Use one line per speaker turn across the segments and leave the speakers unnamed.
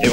If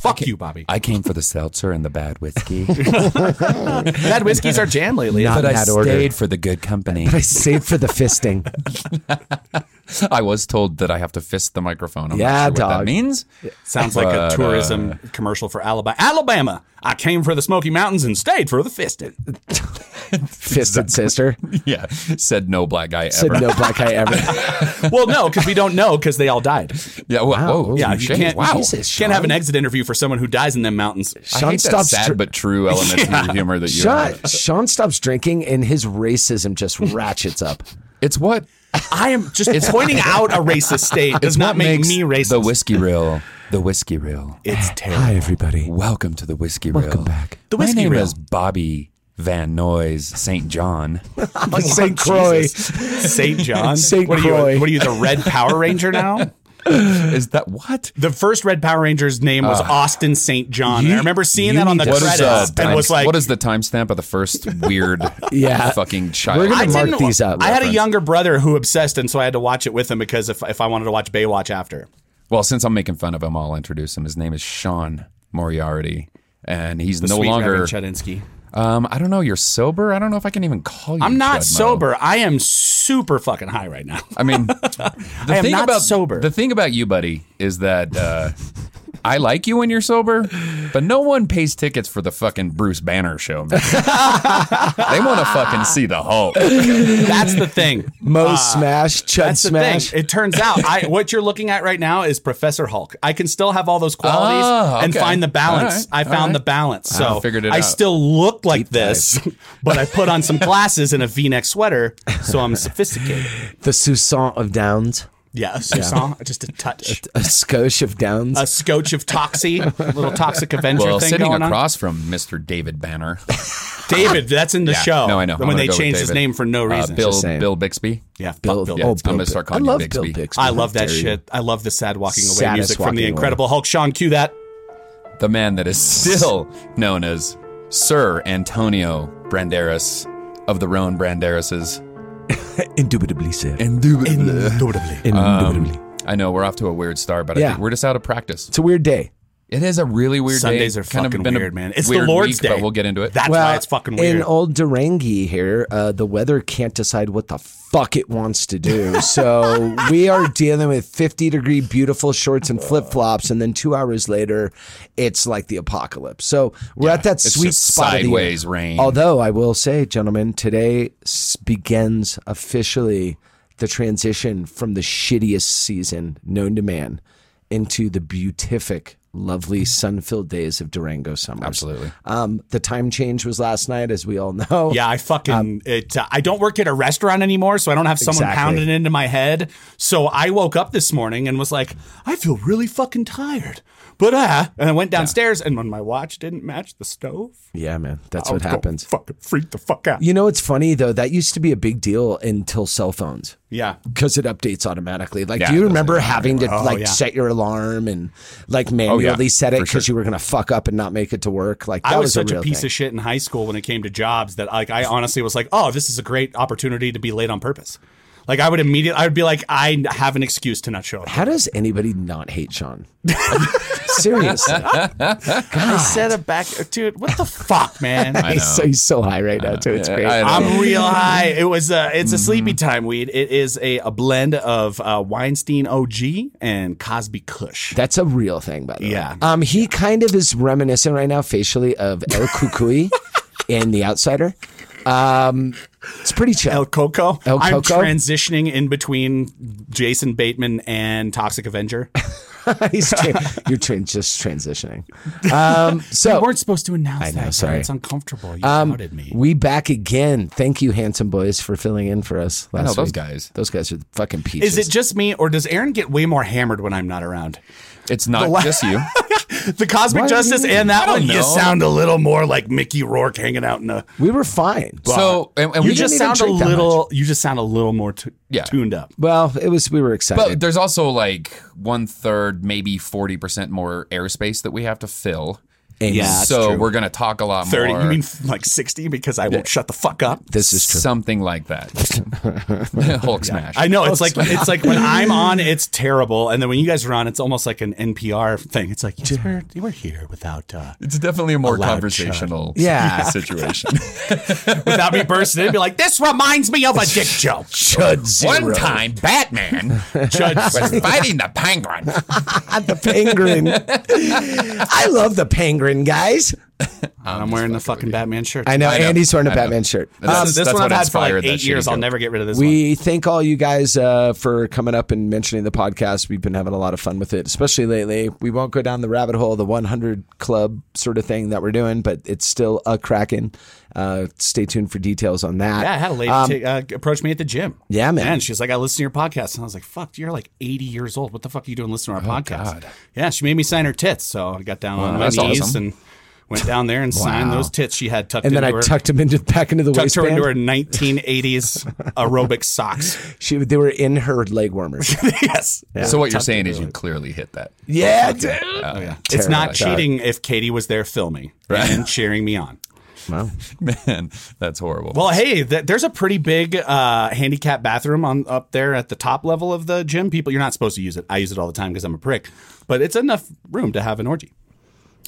Fuck you, Bobby.
I came for the seltzer and the bad whiskey,
Bad whiskeys are jam lately.
Not
but
in
I
that
stayed
order.
for the good company.
I saved for the fisting.
I was told that I have to fist the microphone. I'm
Yeah,
not sure what
dog.
that means.
Sounds like
But, uh,
a tourism commercial for Alabama. Alabama. I came for the Smoky Mountains and stayed for the fisting.
Fisted sister.
Yeah, said no black guy
Said
ever.
no black guy ever.
well, no, because we don't know because they all died.
Yeah, whoa, whoa,
Yeah,
touche.
you can't.
wow.
Jesus,
can't have an
Sean.
exit interview for someone who dies in them mountains.
I hate that sad
dr-
but true element to your humor that you have.
Sean, Sean stops drinking and his racism just ratchets up.
It's what
I am just pointing out a racist state does
it's
not
what
make
makes
me racist.
The whiskey reel. The whiskey reel.
it's terrible.
Hi, everybody.
Welcome to the whiskey reel.
Welcome back.
The
My
Whiskey
name
Reel.
is Bobby Van Noyes St. John. Oh,
St. Croix.
St. John.
St.
What are
Croix.
you? What are you? The Red Power Ranger now?
Is that what? Ah.
The first Red Power Ranger's name was Austin St. John. and I remember seeing that on the
What is,
credits
uh,
and
time-
was like,
what is the timestamp of the first weird
Yeah.
fucking child?
We're gonna
I
mark
didn't-
these up.
I had a
reference.
younger brother who obsessed, and so I had to watch it with him because if, if I wanted to watch Baywatch after.
Well, since I'm making fun of him, I'll introduce him. His name is Sean Moriarty, and he's
The
no
sweet
longer.
Reverend Chudinsky.
Um, I don't know. You're sober. I don't know if I can even call you.
I'm not
Chudmo.
sober. I am super fucking high right now.
I mean, the
I am
thing
not
about
sober.
The thing about you, buddy, is that uh, I like you when you're sober, but no one pays tickets for the fucking Bruce Banner show. Man. they want to fucking see the Hulk.
That's the thing.
Mo smash, Chud
That's the
smash.
thing. It turns out I, what you're looking at right now is Professor Hulk. I can still have all those qualities
Oh,
and
okay.
find the balance.
All right,
I
all
found
right.
the balance. So
I figured it out.
still look like this, but I put on some glasses and a V-neck sweater, so I'm sophisticated.
The Sousson of Downs.
Yeah, a Susan, just a touch.
A skosh of Downs.
a scotch of Toxie, a little Toxic Avenger
Well,
thing
sitting
going on.
across from Mr. David Banner.
David, that's in the
Yeah,
show.
No, I know. I'm
When
gonna
they
go with
changed his
David.
name for no
Uh,
reason.
Bill,
Just saying.
Bill Bixby.
yeah, fuck
Bill,
Bill.
oh,
Gates.
Bill
I'm gonna start
Bix-
calling
I
you
love
Bixby.
Bill Bixby.
I love
How
that
dare you.
shit. I love the sad walking away
Saddest
music from
walking
the
away.
Incredible Hulk. Sean, cue that.
the man that is still known as Sir Antonio Branderas of the Roan Branderases.
Indubitably, sir.
Indubitably. Um,
Indubitably.
I know we're off to a weird start, but
Yeah.
I think we're just out of practice.
it's a weird day.
It is a really weird
Sundays
day.
are
Kind of
fucking
been a
weird, man. It's the
weird
Lord's
week,
Day.
but we'll get into it.
That's why it's fucking weird.
In old Durangi here, uh, the weather can't decide what the fuck it wants to do. So we are dealing with 50 degree beautiful shorts and flip flops. And then two hours later, it's like the apocalypse. So we're at that
it's
sweet
just
spot. of the year.
sideways rain.
Although I will say, gentlemen, today s- begins officially the transition from the shittiest season known to man into the beatific, lovely, sun filled days of Durango summers.
Absolutely.
Um, the time change was last night, as we all know.
Yeah, I fucking it. Uh, I don't work at a restaurant anymore, so I don't have someone
Um, Exactly.
pounding into my head. So I woke up this morning and was like, I feel really fucking tired. But uh, and I went downstairs, and when my watch didn't match the stove,
Yeah, man. That's
I
what
was gonna
happens.
Fucking freak the fuck out.
you know, it's funny, though, that used to be a big deal until cell phones.
Yeah.
Because it updates automatically. Like,
Yeah,
do
it
you
does
remember
it
having to like
Oh, yeah. Oh,
set your alarm and like manually set it
for
because
sure.
you were gonna fuck up and not make it to work? Like, that
I was,
a
such a,
real
piece
thing.
of shit in high school when it came to jobs that like I honestly was like, oh, this is a great opportunity to be late on purpose. Like I would immediately, I would be like, I have an excuse to not show up.
How does anybody not hate Sean? Seriously,
I said it back, dude. What the fuck, man?
I know.
he's so, he's so high right now
Uh,
too. It's great.
I know.
I'm real high. It was a, it's a
Mm-hmm.
sleepy time weed. It is a, a blend of uh, Weinstein OG and Cosby Kush.
That's a real thing, by the
Yeah.
way. Um, he kind of is reminiscent right now facially of El Kukui in The Outsider. Um, It's pretty
El
chill.
Coco.
El
I'm
Coco?
transitioning in between Jason Bateman and Toxic Avenger.
He's tra- you're tra- just transitioning. Um, so
We weren't supposed to announce
know,
that. Brad.
sorry. Um,
It's uncomfortable. You outed me.
We back again. Thank you, handsome boys, for filling in for us last
know those
week.
guys.
Those guys are the fucking peaches.
Is it just me, or does Aaron get way more hammered when I'm not around?
It's not
la-
just you.
The Cosmic
What?
Justice and
I
that
don't
one,
know.
you sound a little more like Mickey Rourke hanging out in a.
we were fine.
so and, and
You
we
just
didn't even
sound
drink
a
that
little. You just sound a little more t-
Yeah.
tuned up.
well, it was we were excited.
But there's also like one third, maybe forty percent more airspace that we have to fill.
And
yeah, that's
so
true.
we're gonna talk a lot
Thirty?
more.
You mean like sixty? Because I won't shut the fuck up.
this is true.
something like that? Hulk smash.
I know it's like it's like when I'm on, it's terrible, and then when you guys are on, it's almost like an NPR thing. It's like yes, we're, we're here without uh,
It's definitely a more
loud
conversational
Yeah.
situation.
without me bursting in, be like, this reminds me of a dick joke.
Chud
One time, Batman
Judge
was fighting the penguin.
the penguin. I love the penguin, guys.
I'm wearing the fucking Batman shirt. Um,
I know,
know.
Andy's wearing a
I know.
Batman shirt.
Um, That's-
this
that's
one I've
what
had for like
inspired that
eight years.
shitty
I'll
joke.
never get rid of this one.
We thank all you guys uh, for coming up and mentioning the podcast. We've been having a lot of fun with it, especially lately. We won't go down the rabbit hole, the 100 club sort of thing that we're doing, but it's still a cracking. Uh, stay tuned for details on that.
Yeah, I had a lady take, uh, approach me at the gym.
um, Yeah, man.
And she's like, I listen to your podcast. And I was like, fuck, you're like 80 years old. What the fuck are you doing listening
Oh,
to our podcast? Yeah, she made me sign her tits. So I got down on my
that's
knees
awesome.
and went down there and signed those tits she had tucked
and then
into
I
her.
tucked him into back into the
tucked her
waistband.
into her 1980s aerobic socks.
she, they were in her leg warmers.
yes.
So what you're saying is you clearly hit that. Uh,
yeah, dude.
Oh, yeah. It's not
Terrible.
cheating if Katie was there filming and cheering me on.
Wow.
Man, that's horrible.
Well, hey, th- there's a pretty big uh, handicap bathroom on up there at the top level of the gym. People, you're not supposed to use it. I use it all the time because I'm a prick, but it's enough room to have an orgy.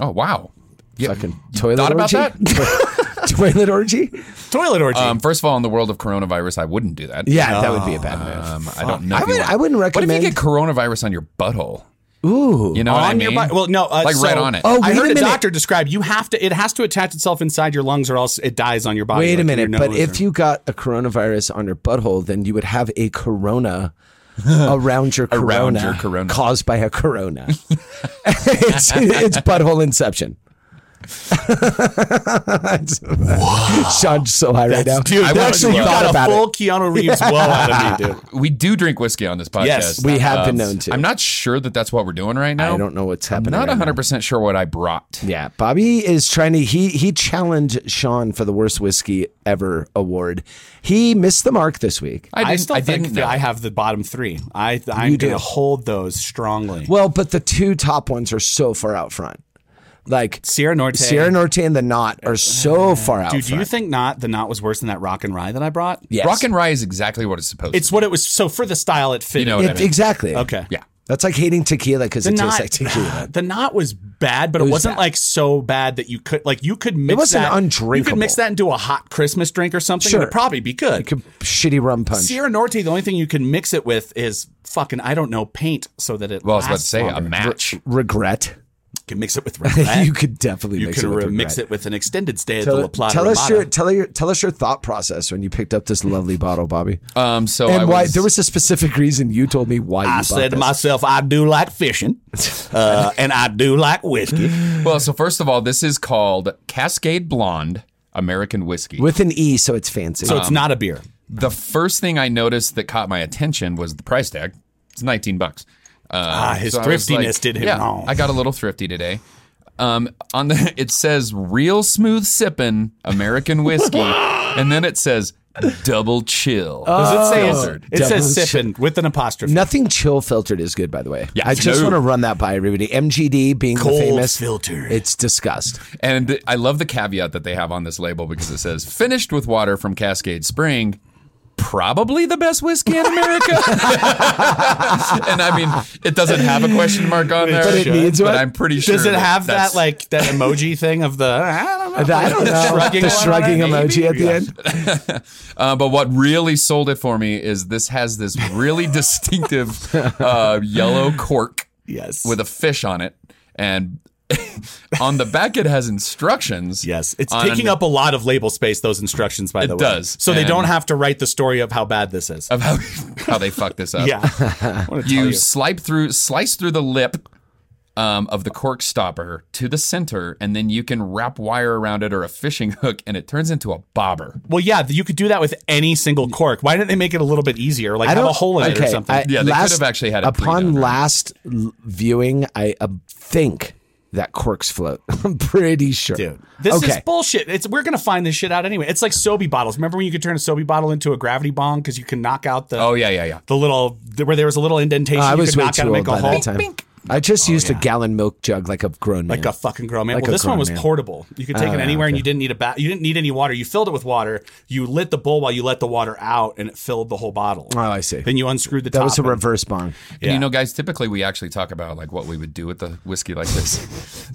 oh wow. Yeah.
Fucking toilet
thought about
orgy. toilet orgy?
Toilet orgy.
Um, first of all, in the world of coronavirus, I wouldn't do that.
Yeah, that would be a bad move.
Um, I don't know.
I
if you
would-
want-
I wouldn't
What if
recommend-
you get coronavirus on your butthole? Ooh, you know
on
what I mean?
your butt. Well, no, uh,
like right
so
on it.
Oh,
I
wait
heard
a
a,
minute.
doctor describe you have to. It has to attach itself inside your lungs, or else it dies on your body.
Wait a
like your
minute, but
nose
if
or-
you got a coronavirus on your butthole, then you would have a corona around your corona,
Around your corona.
caused by a corona. it's, it's butthole inception. Sean's so high right now.
dude,
I
that-
would
actually, you
love-
got
about
a full Keanu Reeves whoa out of me, dude.
we do drink whiskey on this podcast. Um,
Yes,
we have been known to.
I'm not sure that that's what we're doing right now.
I don't know what's
I'm
happening.
not
right now.
100 percent sure what I brought.
Yeah, Bobby is trying to he he challenged Sean for the worst whiskey ever award. He missed the mark this week.
I,
I,
didn't,
still
I
think
didn't
that
know.
I have the bottom three. I I'm
do.
going to hold those strongly.
Well, but the two top ones are so far out front. Like
Sierra Norte.
Sierra Norte and the Knot are so far out
Uh, Dude, do you
front.
think not the knot was worse than that rock and rye that I brought?
Yes.
Rock and Rye is exactly what it's supposed
It's
to.
what it was. So for the style, it fit.
You know what
It-
I mean.
exactly.
Okay.
be. Yeah,
That's like hating tequila because
The
it
knot,
tastes like tequila.
the knot was bad, but it,
was
was not
bad.
like so bad that you could like you could mix
wasn't
that, You could
undrinkable.
mix that into a hot Christmas drink or something.
Sure.
It'd probably be good.
Like a shitty rum punch.
Sierra Norte, the only thing you can mix it with is fucking I don't know paint, so that it.
Well, I was about to
lasts
say a
longer.
match.
regret.
You can mix it with regret.
you could definitely
you
mix
could
it with
re-
regret.
mix it with an extended stay at the La
Tell,
Plata
tell us
Ramada.
your tell your tell us your thought process when you picked up this lovely bottle, Bobby,
Um, so I
and why
was,
there was a specific reason you told me why. you
I
bought
said to
this.
myself, I do like fishing, uh, and I do like whiskey.
well. So first of all, this is called Cascade Blonde American Whiskey.
with an E, so it's fancy.
So it's not a
um,
beer.
the first thing I noticed that caught my attention was the price tag. It's 19 bucks. Uh,
Ah, his
I was
thriftiness did him
yeah,
wrong.
I got a little thrifty today. Um, on the it says real smooth sippin' American whiskey, and then it says double chill.
Does it say
filtered.
It says
Double
sipping with an apostrophe.
Nothing chill filtered is good, by the way.
Yeah.
I just
No.
want to run that by everybody. MGD being
Cold
the famous
filtered.
It's disgust.
And I love the caveat that they have on this label because it says finished with water from Cascade Spring. Probably the best whiskey in America. and I mean, it doesn't have a question mark on there.
But it needs
but
one?
I'm pretty sure.
Does it have that
that's-
like that emoji thing of the I don't know,
I don't know.
shrugging
the
one on
shrugging
it,
emoji
maybe?
at the
Yeah.
end.
Uh, but what really sold it for me is this has this really distinctive uh, yellow cork
Yes.
with a fish on it, and on the back, it has instructions.
Yes, it's
on-
taking up a lot of label space. Those instructions, by the
It
way,
does,
So they
and-
don't have to write the story of how bad this is.
of how how they fucked this up.
yeah, I wanna tell
you,
you.
slice through slice through the lip um, of the cork stopper to the center, and then you can wrap wire around it or a fishing hook, and it turns into a bobber.
Well, yeah, you could do that with any single cork. Why didn't they make it a little bit easier? Like have a hole in it or something.
I-
Yeah, they could have actually had it
upon
pre-done, right?
last l- viewing, I uh, think that corks float. I'm pretty sure.
Dude, this
okay.
is bullshit. It's we're gonna find this shit out anyway. It's like Sobe bottles. Remember when you could turn a Sobe bottle into a gravity bong because you can knock out the
Oh yeah, yeah, yeah.
the little where there was a little indentation.
Uh, I
you
was
could
way
knock out and
too
make
old
a
by
hole.
that time. I just
Oh,
used a gallon milk jug like a grown man.
Like a fucking grown man.
Like a Oh,
well, this one
grown
was
man.
portable. You could take it anywhere, and you didn't need a bat. You didn't need any water. You filled it with water. You lit the bowl while you let the water out, and it filled the whole bottle.
Oh, I see.
Then you unscrewed the
that
top.
was a
and-
reverse bong.
And
Yeah.
you know, guys, typically we actually talk about like what we would do with the whiskey like this.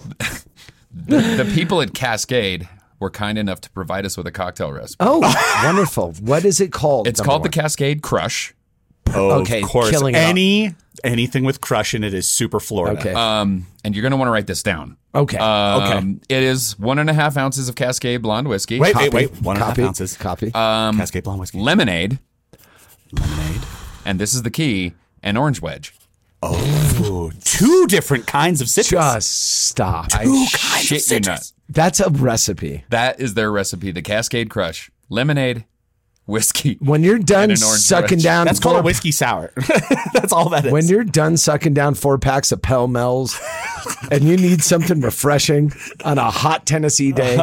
the, the people at Cascade were kind enough to provide us with a cocktail recipe.
Oh, wonderful. What is it called?
it's
number
called
one?
the Cascade Crush.
Oh,
okay,
of course.
killing it up.
Any anything with crush in it is super Florida.
Okay.
Um, and you're gonna want to write this down.
okay.
Um, It is one and a half ounces of Cascade Blonde whiskey.
Wait, wait, wait. One and a half
copy.
ounces.
Copy.
Uh,
Cascade Blonde whiskey.
lemonade, and this is the key, an orange wedge.
Oh, Ooh, two different kinds of citrus.
just stop.
I shit you not.
That's a recipe.
That is their recipe, the Cascade Crush. Lemonade, whiskey.
When you're done
an orange
sucking
wedge.
down
That's called
four
a whiskey sour. That's all that is.
When you're done sucking down four packs of Pell Mells and you need something refreshing on a hot Tennessee day,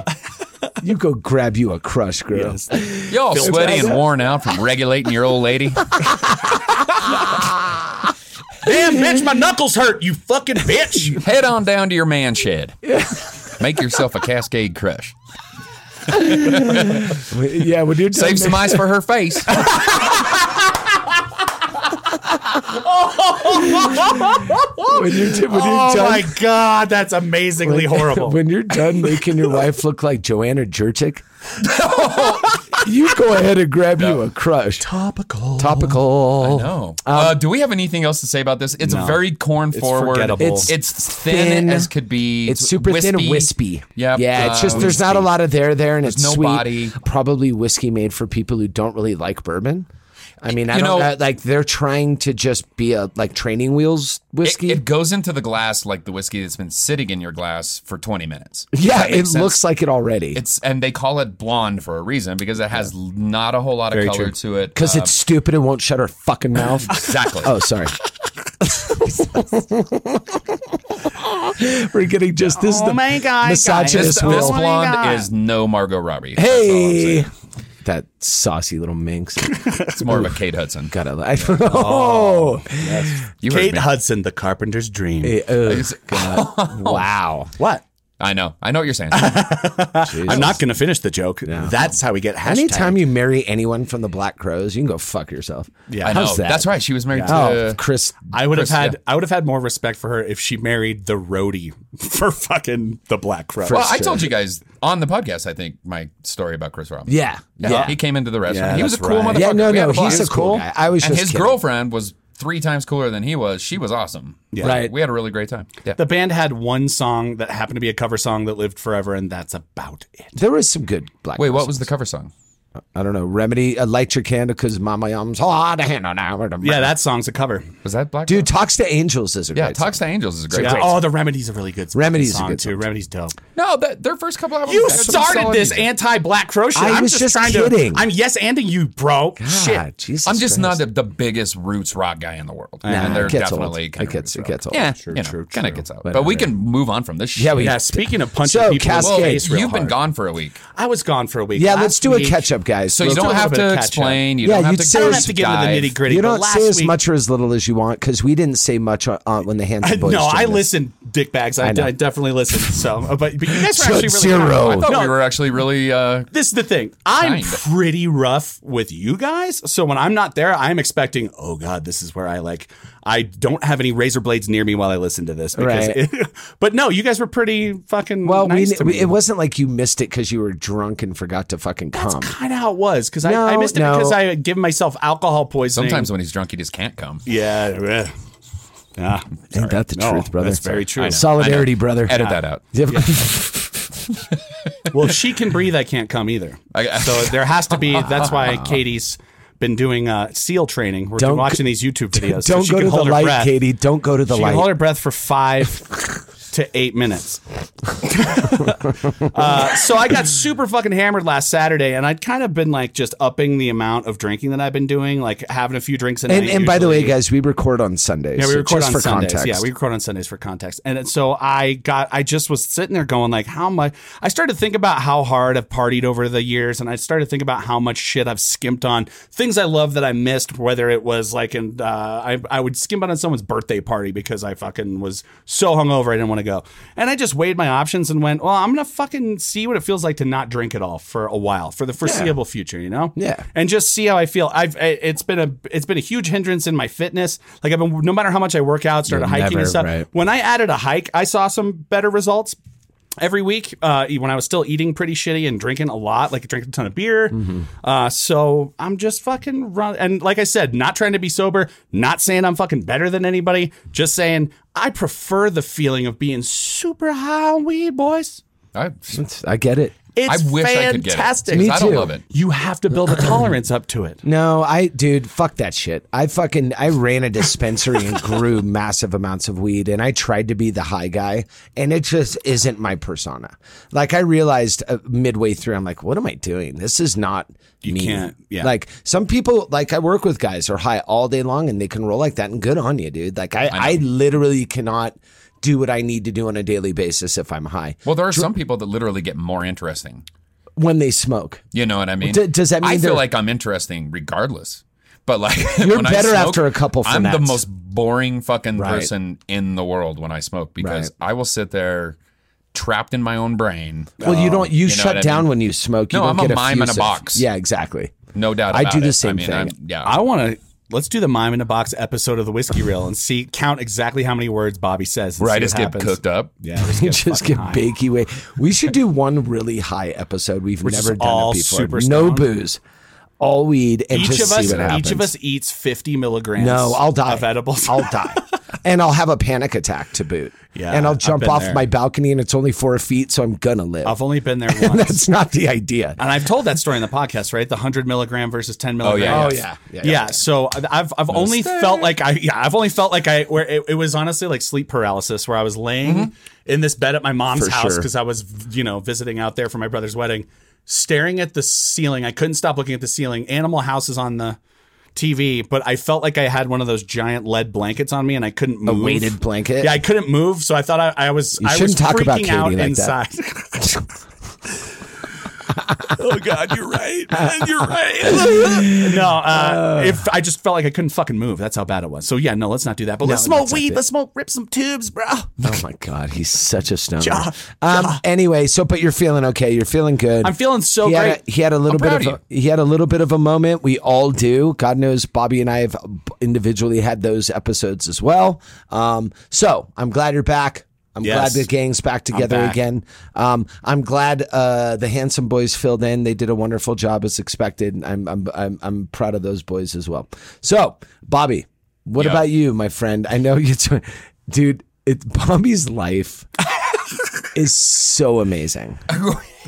you go grab you a crush, girl.
You're all sweaty
out.
and worn out from regulating your old lady.
Damn, bitch, my knuckles hurt, you fucking bitch.
Head on down to your man shed. Make yourself a Cascade Crush.
Yeah, when you're done,
Save some ice for her face.
when you're, do- when you're
oh
done,
my God, that's amazingly horrible.
When you're done making your wife look like Joanna Jurchik, you go ahead and grab you a crush. Topical. Topical.
No.
Um,
uh, do we have anything else to say about this? It's very corn forward.
forgettable.
It's,
It's
thin,
thin.
as could be.
It's super thin and wispy.
Yep.
Yeah, it's just
Um,
there's not a lot of there there, and it's
no
sweet.
body.
Probably whiskey made for people who don't really like bourbon. I mean, I
You
don't
know-
I- like they're trying to just be a like training wheels
It,
whiskey.
it goes into the glass like the whiskey that's been sitting in your glass for 20 minutes.
yeah,
That makes
it
sense.
looks like it already
It's and they call it blonde for a reason because it has l- not a whole lot of
Very
color
true.
to it.
because
Uh,
it's stupid and won't shut her fucking mouth.
exactly.
oh, sorry. We're getting just this. is
Oh
the
my God,
this,
misogynist
this
guys.
will.
Oh my
blonde
God.
is no Margot Robbie. That's all I'm
Hey,
saying.
that saucy little minx.
it's more of a Kate Hudson.
Got it. Oh,
You heard
Kate
me.
Hudson, the carpenter's dream.
Eh, oh,
It's-
wow.
What?
I know. I know what you're saying.
I'm not going to finish the joke. That's how we get hashtag.
Anytime you marry anyone from the Black Crows, you can go fuck yourself.
Yeah.
I know.
How's that?
That's right. She was married
Oh,
to. uh,
Chris.
I would have
Chris,
had
yeah.
I would have had more respect for her if she married the roadie for fucking the Black Crow.
Well, I told you guys on the podcast. I think my story about Chris Robbins.
Yeah. Yeah.
Yeah. He came into the restaurant. he was a
that's
cool
right.
motherfucker.
Yeah, no,
We had
no,
a blast.
he's
He
a cool guy. I was
and
just
his
kidding.
girlfriend was three times cooler than he was. She was awesome. Yeah.
Right.
We had a really great time. Yeah.
the band had one song that happened to be a cover song that lived forever, and that's about it.
There was some good Black
Wait,
Crows.
what was the cover song?
I don't know. Remedy, uh, light your candle because Mama Yum's hot.
Yeah, that song's a cover.
Was that Black?
Dude, Talks to Angels is a
Yeah,
great
Talks to Angels is a great
Yeah.
song.
Oh, the Remedy's a really good
Remedy's a
song
good
too.
song.
Remedy's dope.
No, that, their first couple albums.
You
had some
started
solid
this
music.
anti-black crow shit.
I
I'm
was
just
just
trying
kidding.
to. I'm yes anding you, bro.
song. God,
Shit.
Jesus
I'm just not
Christ.
the, the biggest roots rock guy in the world. and
it
they're
gets old.
definitely
It
kind of roots
gets- it
rock.
gets old.
Yeah,
True,
you know,
true,
kind of
true.
gets out. But
Whatever.
we can move on from this shit.
Yeah, we-
Yeah. Speaking of punching
So,
people
Well,
in the
Cascade.
face, real
you've been
hard.
gone for a week,
I was gone for a week.
Yeah,
Last
let's do a
week-
catch up, guys.
so
Let's
you
do
don't
a
have
little
to
bit of catch up.
explain. You
Yeah,
don't have
you'd
to.
say
I don't
There's
have to get into the
dive.
nitty gritty.
You don't
last
say as
week-
much or as little as you want because we didn't say much on, on when the
I-
handsome boys.
no, I
joined us.
listened, dickbags. I,
I know.
I definitely listened. So, uh, but, but you guys were
So
actually really
zero.
kind.
I thought
No,
we were actually really. Uh,
This is the thing. I'm
Kind.
pretty rough with you guys, so when I'm not there, I'm expecting. Oh God, this is where I like. I don't have any razor blades near me while I listen to this. Because
Right.
but no, you guys were pretty fucking
Well,
nice
we,
to
we
me.
it wasn't like you missed it because you were drunk and forgot to fucking come.
kind of how it was because
No,
I, I missed it
no.
because I had given myself alcohol poisoning.
sometimes when he's drunk, he just can't come.
yeah. eh. Ah, sorry.
Ain't that the
No,
truth, brother?
That's very true.
Solidarity, brother.
Edit that out.
Yep.
Well, if she can breathe. I can't come either.
I-
so there has to be. That's why Katie's been doing uh, SEAL training. We're
Don't-
watching these YouTube videos. so
Don't
she
go
can
to the
hold her
light,
breath.
Katie. Don't go to the
She
light.
can hold her breath for five to eight minutes. uh, so I got super fucking hammered last Saturday, and I'd kind of been like just upping the amount of drinking that I've been doing, like having a few drinks. A
and
night
and by the way,
usually.
guys, we record on Sundays.
Yeah, we
so
record
just
on
for
Sundays.
context.
Yeah, we record on Sundays for context. And it- so I got, I just was sitting there going like, how much? I started to think about how hard I've partied over the years, and I started to think about how much shit I've skimped on things I love that I missed. Whether it was like, and uh, I, I would skimp out on someone's birthday party because I fucking was so hungover I didn't want to go, and I just weighed my options and went, well, I'm gonna fucking see what it feels like to not drink at all for a while, for the foreseeable future, you know?
Yeah.
and just see how I feel. I've I- it's been a it's been a huge hindrance in my fitness. Like I've been no matter how much I work out, started
You'll
hiking
never-
and stuff.
right.
When I added a hike, I saw some better results. Every week, uh, when I was still eating pretty shitty and drinking a lot, like drinking a ton of beer,
Mm-hmm.
uh, so I'm just fucking run. And like I said, not trying to be sober, not saying I'm fucking better than anybody, just saying I prefer the feeling of being super high on weed, boys.
I,
I get it.
I
It's
wish I could get it.
fantastic.
Me
I don't
too.
love it.
You have to build a tolerance up to it.
No, I dude, fuck that shit. I fucking I ran a dispensary and grew massive amounts of weed and I tried to be the high guy and it just isn't my persona. Like I realized uh, midway through I'm like what am I doing? This is not you me.
can't- yeah.
Like some people like I work with guys are high all day long and they can roll like that and good on you, dude. Like I I, literally cannot do what I need to do on a daily basis if I'm high
well, there are some people that literally get more interesting.
when they smoke.
You know what I mean?
D- does that mean
I
they're-
feel like I'm interesting regardless? But like,
You're
when I
better
smoke,
after a couple
I'm the
finets.
most boring fucking
Right.
person in the world when I smoke because I will sit there trapped in my own brain.
Well, you don't you,
Oh, know what I
shut
mean?
down when you smoke. You
No,
don't
I'm a
get
mime in a
effusive.
box.
Yeah, exactly.
No doubt.
I
About
do the
it.
same
mean,
thing.
I'm- yeah.
I want to let's do the mime in a box episode of the whiskey reel and see count exactly how many words Bobby says. And
right.
see
Just
what
get
happens.
cooked up.
Yeah, just
You
get,
just
fucking
get
high.
bakey way. We should do one really high episode. We've
is
never done
all
it before.
super
no
stoned.
booze, all weed, and
Each
just
of
see what
us,
happens.
each of us eats fifty milligrams.
No, I'll die.
of edibles.
I'll die. And I'll have a panic attack to boot.
Yeah,
And I'll
I've
jump
been
off
there.
my balcony, and it's only four feet, so I'm gonna live.
I've only been there once.
That's not the idea.
And I've told that story in the podcast, right? The hundred milligram versus ten
Oh, yeah, yeah. Oh,
milligram.
yeah.
yeah.
Yeah,
so I- I've I've only felt like I yeah I've only felt like I where it, it was honestly like sleep paralysis where I was laying in this bed at my mom's
Mm-hmm. For
house
sure.
because I was you know visiting out there for my brother's wedding, staring at the ceiling. I couldn't stop looking at the ceiling. Animal House is on the TV, but I felt like I had one of those giant lead blankets on me and I couldn't move.
weighted blanket?
Yeah, I couldn't move, so I thought I, I was
You
I
shouldn't
was
talk about
freaking
Katie
out
like that.
inside. oh God, you're right. You're right. no, uh, if I just felt like I couldn't fucking move, that's how bad it was. So yeah, no, let's not do that. But let's smoke
that's not
weed.
it.
Let's smoke. Rip some tubes, bro.
Oh my god, he's such a stoner. Um. Anyway, so but you're feeling okay. You're feeling good.
I'm feeling so
he
great.
Had a, he had a little
I'm
bit
proud
of,
of
a, he had a little bit of a moment. We all do. God knows, Bobby and I have individually had those episodes as well. Um, so I'm glad you're back. I'm
Yes.
glad the gang's back together
back.
again. Um, I'm glad uh, the handsome boys filled in. They did a wonderful job as expected. and I'm I'm I'm, I'm proud of those boys as well. So Bobby, what
Yeah.
about you, my friend? I know you, dude. It, Bobby's life is so amazing.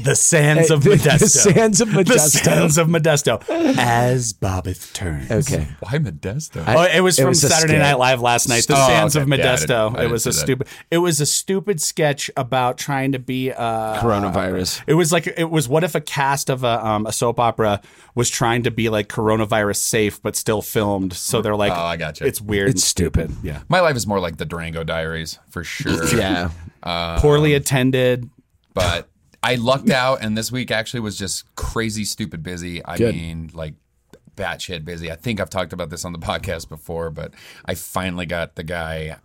the sands
Uh,
of
the- the
Modesto.
sands of
The
Modesto.
sands of Modesto. As Bobby turns.
Okay.
Why Modesto?
Oh, it was from
a
Saturday
skit.
Night Live last night. The
Oh,
Sands of
okay. Yeah, I
Modesto.
didn't- I
it
didn't
was a
see that.
stupid. It was a stupid sketch about trying to be uh,
Coronavirus.
It was like it was what if a cast of a, um, a soap opera was trying to be like coronavirus safe but still filmed. So they're like,
Oh, I gotcha.
It's weird.
It's stupid.
Yeah,
My life is more like the Durango Diaries for sure.
Yeah.
um,
poorly attended.
but I lucked out, and this week actually was just crazy, stupid busy. I
Good.
mean, like batshit busy. I think I've talked about this on the podcast before, but I finally got the guy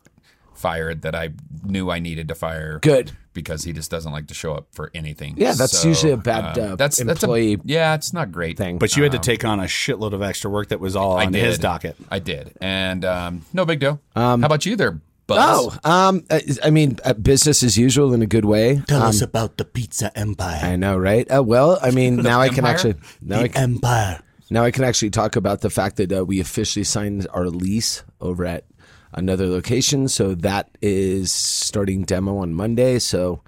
fired that I knew I needed to fire.
Good.
Because he just doesn't like to show up for anything. um,
Yeah, that's usually a bad, uh, employee
That's a, yeah, it's not great.
thing.
But you had to take on a shitload of extra work that was all
um, I
on
did.
his docket.
I did, and um, no big deal. How about you there, Buzz?
Oh, um, I- I mean, uh, business as usual in a good way. Um,
Tell us about the pizza empire.
I know, right? Uh, well, I mean, now I can
Empire?
actually now I can,
empire.
now I can actually talk about the fact that uh, we officially signed our lease over at another location. So that is starting demo on Monday. So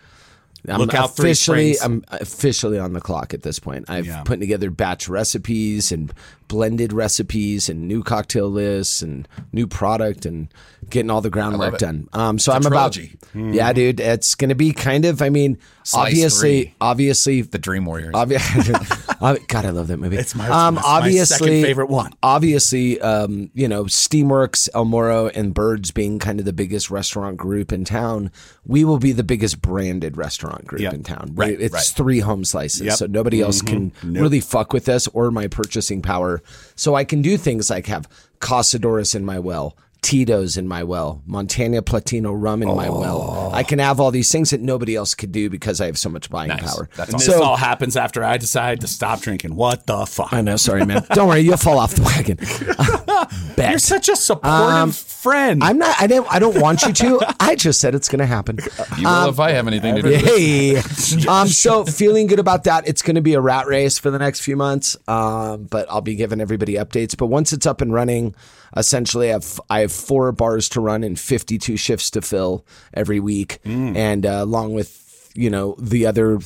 I'm
Look out, three
officially
springs.
I'm officially on the clock at this point. I've
Yeah.
put together batch recipes and blended recipes and new cocktail lists and new product and getting all the groundwork
it.
done. Um, so I'm
trilogy.
about yeah, dude. It's gonna be kind of. I mean,
Slice
obviously,
three.
obviously,
The Dream Warriors.
Obvi- God, I love that movie. It's
my- it's my second favorite one.
Obviously, um, you know, Steamworks, El Moro, and Birds being kind of the biggest restaurant group in town, we will be the biggest branded restaurant group
Yep.
in town.
Right,
it's
right.
three home slices,
Yep. Mm-hmm.
so nobody else can really fuck with us or my purchasing power. So I can do things like have Casadores in my well. Tito's in my well, Montana Platino rum in my well. I can have all these things that nobody else could do because I have so much buying power.
That's
And this all happens after I decide to stop drinking. What the fuck?
I know. Sorry, man. Don't worry, you'll fall off the wagon. Bet. Um,
You're such a supportive friend.
I'm not. I don't. I don't want you to. I just said it's going to happen.
You will if I have anything to do with it.
Um, Hey. Um. So feeling good about that. It's going to be a rat race for the next few months. Um. But I'll be giving everybody updates. But once it's up and running, essentially, I have I have four bars to run and 52 shifts to fill every week, and uh, along with. You know the other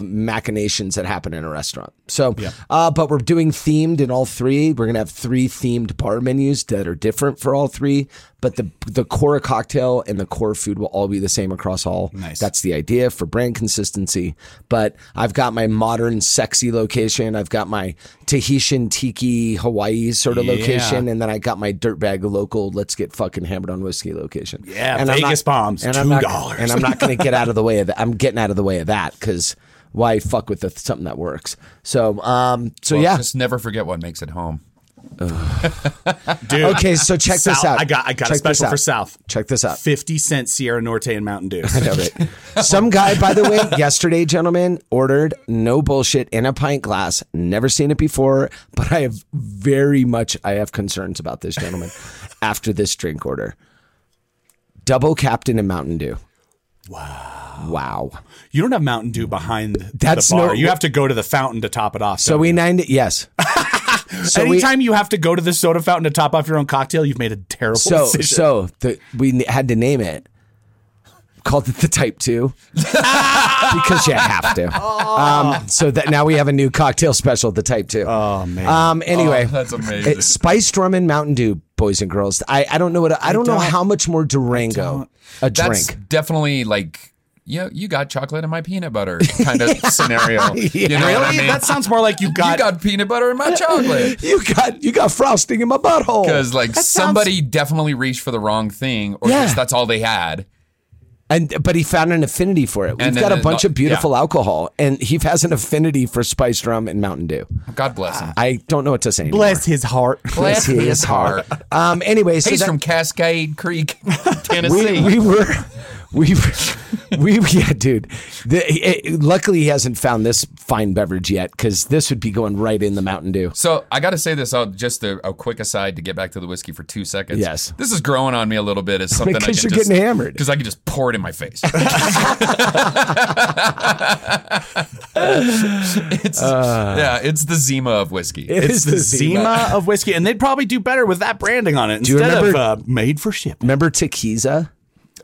machinations that happen in a restaurant. So, uh, but we're doing themed in all three. We're gonna have three themed bar menus that are different for all three. But the the core cocktail and the core food will all be the same across all.
Nice.
That's the idea for brand consistency. But I've got my modern sexy location. I've got my Tahitian tiki Hawaii sort of
Yeah.
location, and then I got my dirtbag local. Let's get fucking hammered on whiskey location.
Yeah,
and
Vegas bombs,
and I'm not-
$2.
and I'm not going to get out of the way of that. I'm getting out of the way of that because why fuck with the, something that works? So, um, so
Well,
yeah.
Just never forget what makes it home.
Dude.
okay, so check this
South-
out.
I got I got
Check
a
this
special
out.
for South.
Check this out.
50 cent Sierra Norte and Mountain Dew.
All right. Some guy, by the way, yesterday, gentlemen, ordered no bullshit in a pint glass. Never seen it before, but I have very much I have concerns about this gentleman after this drink order. Double Captain and Mountain Dew. Wow. Wow.
You don't have Mountain Dew behind the
That's
bar.
no-
you have to go to the fountain to top it off.
So we named it yes. so we-
anytime you have to go to the soda fountain to top off your own cocktail, you've made a terrible
so
decision.
so the, we n- had to name it called it the type 2 because you have to um, so that now we have a new cocktail special the type 2 oh man um, anyway
Oh, that's amazing.
it's spiced rum Eh, and mountain dew boys and girls i, I don't know what i don't know how much more durango a
That's
drink
definitely like, you know, you got chocolate in my peanut butter kind of scenario. You know what I
really?
mean?
That sounds more like you
you
got.
got peanut butter in my chocolate.
you got you got frosting in my butthole
Because like
sounds-
somebody definitely reached for the wrong thing, or
Yeah.
just that's all they had.
And but he found an affinity for it. We've
And
got
then
a bunch
it-
of beautiful
yeah.
alcohol, and he has an affinity for spiced rum and Mountain Dew.
God bless him.
I don't know what to say. Anymore.
Bless his heart.
Ah, Bless his heart. Um. Anyway, so
He's
that-
from Cascade Creek,
we,
Tennessee.
we were, we, we, yeah, dude. The, it, luckily, he hasn't found this fine beverage yet because this would be going right in the Mountain Dew.
so I got to say this out just a, a quick aside to get back to the whiskey for two seconds.
Yes.
this is growing on me a little bit. It's something I can
'cause you're
just,
getting hammered.
because I can just pour it in my face. it's yeah, it's the Zima of whiskey.
It's the Zima of whiskey, and they'd probably do better with that branding on it
you
instead of
remember-
uh, made for ship.
Remember Tequiza?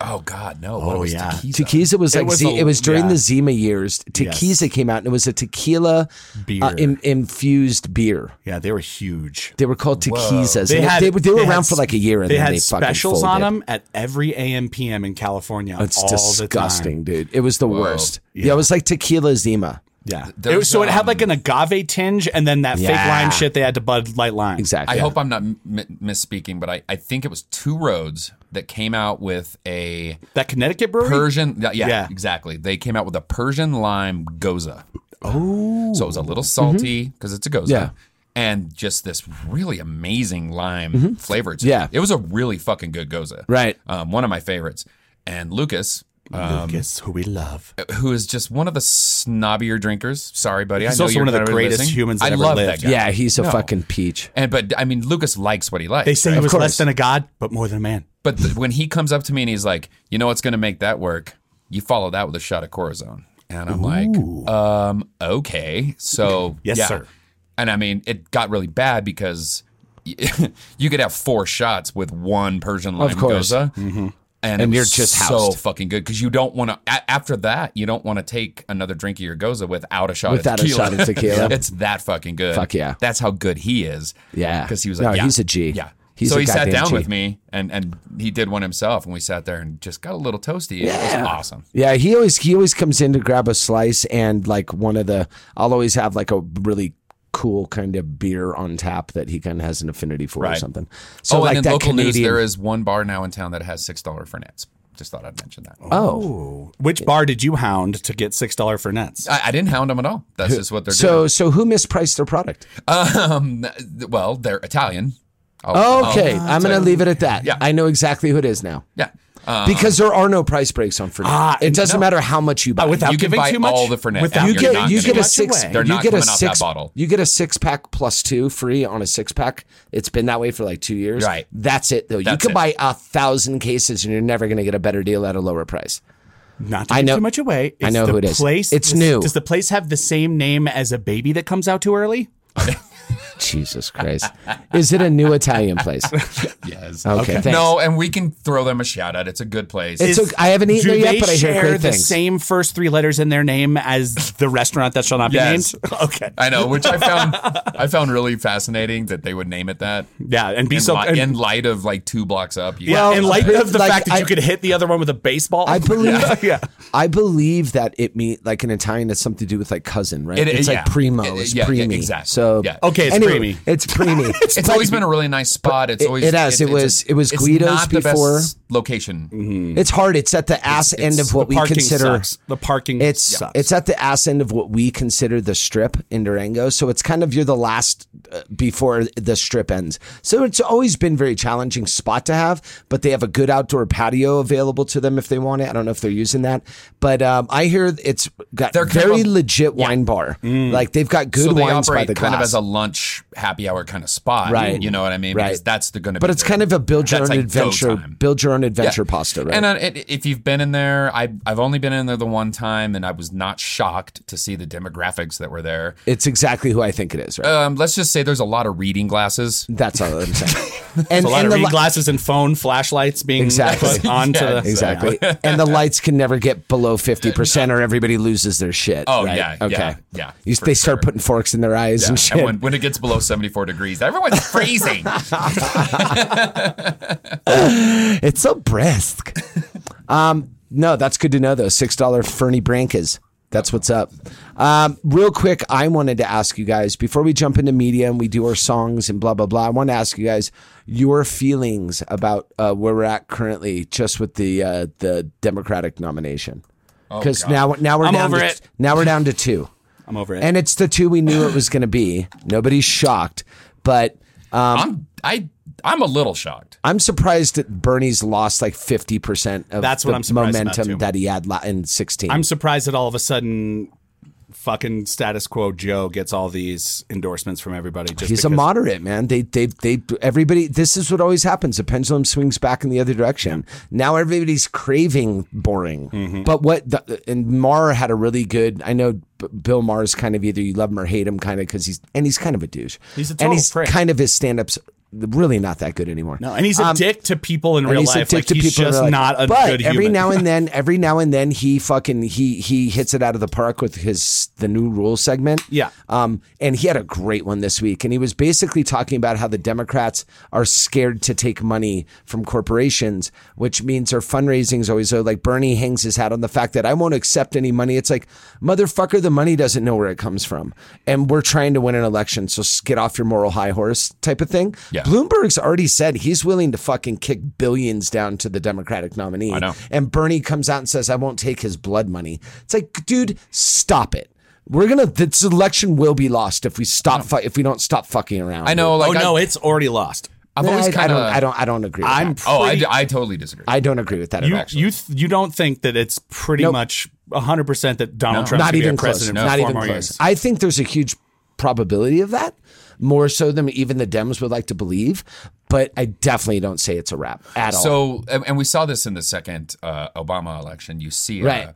oh God, no! What
Oh,
was
yeah.
tequila?
Tequiza was
It
like
was
Z-
a-
it was during
yeah.
the Zima years. Tequiza came out and it was a tequila
Beer.
Uh, im- infused beer.
Yeah, they were huge.
They were called tequizas.
They
and
had
they, were- they were
had
around for like a year, and
they
then
had
they fucking
specials
folded. Oh,
on them at every AM PM in California.
It's
all
disgusting, dude. It was the worst. Yeah.
Yeah.
it was like tequila Zima.
The time. Yeah,
There
it was,
was,
so it had
um,
like an agave tinge, and then that fake
Yeah.
lime shit they had to Bud Light lime.
Exactly.
I hope I'm not m- misspeaking, but I, I think it was Two Roads that came out with a
That Connecticut brewery.
Persian. Yeah, yeah,
Yeah.
exactly. They came out with a Persian lime goza. Oh, so it was a little salty
Mm-hmm.
because it's a goza.
Yeah.
And just this really amazing lime
Mm-hmm.
flavor. To
Yeah.
it. it was a really fucking good goza.
Right.
um, one of my favorites. And Lucas,
Lucas,
um,
who we love.
who is just one of the snobbier drinkers. Sorry, buddy. I
He's
know
also
you're
one of the
probably
greatest
listening.
humans that
I
ever
love that
lived.
guy.
Yeah, he's a
No.
fucking peach.
And but I mean, Lucas likes what he likes.
They say
right?
he was
course.
less than a god, but more than a man.
But th- when he comes up to me and he's like, you know what's going to make that work? You follow that with a shot of Corazon. And I'm like, um, okay. So,
Yes,
yeah.
sir.
And I mean, it got really bad because you could have four shots with one Persian lime
course. Mm-hmm.
goza. And,
And
it
you're
was
just
so
housed.
fucking good because you don't want to. A- after that, you don't want to take another drink of your goza without a shot
Without a
of tequila.
shot of tequila.
it's that fucking good.
Fuck yeah.
That's how good he is.
Yeah.
because he was
No,
like, yeah,
he's a G.
Yeah,
He's
so
a
he sat
goddamn
down
G.
with me and and he did one himself, and we sat there and just got a little toasty. It was awesome.
Yeah, he always he always comes in to grab a slice and like one of the I'll always have like a really cool kind of beer on tap that he kind of has an affinity for or
Right.
something. So
oh,
like
and in
that
local
Canadian.
news, there is one bar now in town that has six dollar fernets. Just thought I'd mention that.
oh,
Which bar did you hound to get six dollar for nets?
I, I didn't hound them at all. That's just what they're
so so who mispriced their product?
doing. Um, well, they're Italian. I'll-
Okay,
I'll-
I'm gonna leave it at that.
Oh. Ah, Yeah.
I know exactly who it is now
yeah. Uh,
because there are no price breaks on Fernet.
Ah,
it doesn't
no.
matter how much you
Ah,
buy.
Oh, without
you can
giving
buy
too much.
all the Fernet.
Without
you
you're
get
not
you
gonna
get a
give
six.
away.
They're
you
not
get a
coming off that
six
bottle.
You get a six pack plus two free on a six pack. It's been that way for like two years.
Right.
That's it though. you
That's
could
it.
buy a thousand cases and you're never going to get a better deal at a lower price.
Not to
I
give
know-
too much away.
I know
the
who it is.
Place,
It's
does-
new.
Does the place have the same name as a baby that comes out too early?
Jesus Christ! Is it a new Italian place?
yes.
Okay. Thanks.
No, and we can throw them a shout out. It's a good place.
It's okay. I haven't eaten
Do
there yet,
they
but I hear
share
great
the
things.
same first three letters in their name as the restaurant that shall not be
Yes.
named? Okay.
I know, which I found I found really fascinating that they would name it that.
Yeah, and be
In,
so
li-
and,
in light of like two blocks up. You
yeah,
Well,
in light
I-
of the
like,
fact that
I-
you could hit the other one with a baseball.
I believe.
yeah.
I believe that it mean like in Italian it's something to do with like cousin, right?
It-
it's
it-
like
yeah.
primo,
It- it-
it's
yeah, yeah,
preemie.
exactly.
So
Yeah.
Okay, it's
anyway,
preemie.
It's preemie.
it's always been a really nice spot. It's
It-
always
it has. It
it's
was-
a-
it was
it's
Guido's
not the
before. Mm-hmm.
best location.
It's hard. It's at the ass end of what we
parking
consider.
sucks. the parking.
It's
sucks.
it's at the ass end of what we consider the strip in Durango. So it's kind of you're the last uh, before the strip ends. So it's always been very challenging spot to have, but they have a good outdoor patio available to them if they want it. I don't know if they're using that, but um, I hear it's got
They're kind
very
of a- Mm.
legit wine bar. Like they've got good
so they
wines by
operate
the glass.
kind of as a lunch happy hour kind of spot.
Right.
You know what I mean?
Right.
Because that's the going to.
but it's kind of a build your own adventure, build your own adventure
Yeah.
pasta, right?
And uh, it, if you've been in there, I, I've only been in there the one time, and I was not shocked to see the demographics that were there.
it's exactly who I think it is, right?
Um, let's just say there's a lot of reading glasses.
That's all I'm saying. And,
a lot
and
of
the
reading
li-
glasses and phone flashlights being
Exactly.
put onto
Yeah,
the.
Exactly. and the lights can never get below 50% or everybody loses their shit.
Oh,
right?
yeah,
Okay.
yeah, yeah,
You,
for
they start
sure.
putting forks in their eyes and shit.
And when, when it gets below 74 degrees, everyone's freezing.
it's so brisk. um, no, that's good to know, though. $6 Fernie Brankas. That's what's up. Um, real quick, I wanted to ask you guys before we jump into media and we do our songs and blah, blah, blah. I want to ask you guys your feelings about uh, where we're at currently just with the uh, the Democratic nomination. Because
God.
now, now we're
I'm
down
over
to,
it.
now we're down to two.
I'm over it.
And it's the two we knew it was going to be. Nobody's shocked, but
I'm, I, I'm a little shocked.
I'm surprised that Bernie's lost like 50% of
That's what
the
I'm surprised about,
momentum
too.
that he had la- in 16.
I'm surprised that all of a sudden, fucking status quo Joe gets all these endorsements from everybody. Just
He's a
because-
moderate, man. They, they, they, everybody, this is what always happens. The pendulum swings back in the other direction. Now everybody's craving boring.
Mm-hmm.
But what, the, and Maher had a really good, I know B- Bill Maher's kind of either you love him or hate him kind of because he's, and he's kind of a douche.
He's a
And
total
he's
prick.
kind of his stand ups really not that good anymore.
No, and he's a dick to people in
Um, and
real
he's a
life.
dick
Like,
to
he's
people in
just
real life.
not a
but
good
every
human.
now and then, every now and then, he fucking he he hits it out of the park with his the new rule segment.
Yeah.
Um, and he had a great one this week, and he was basically talking about how the Democrats are scared to take money from corporations, which means their fundraising is always so. Like Bernie hangs his hat on the fact that I won't accept any money. It's like motherfucker, the money doesn't know where it comes from, and we're trying to win an election, so s- get off your moral high horse type of thing.
Yeah.
Bloomberg's already said he's willing to fucking kick billions down to the Democratic nominee.
I know.
And Bernie comes out and says, I won't take his blood money. It's like, dude, stop it. We're gonna. This election will be lost if we stop. Fu- if we don't stop fucking around.
I know, like,
oh no,
I,
it's already lost.
I've
Nah,
always
I, I
kind
don't.
of.
I don't. I don't agree. With
I'm
That.
Oh, I,
pretty-
I totally disagree.
I don't agree with that
You
at all.
you th- you don't think that it's pretty
Nope.
much 100 percent that Donald Trump's
Not
gonna be
even
our
close.
president for
Not
four
even
more
close.
years.
I think there's a huge probability of that, more so than even the Dems would like to believe. But I definitely don't say it's a wrap at all.
So, and, and we saw this in the second uh, Obama election. You see, uh,
Right.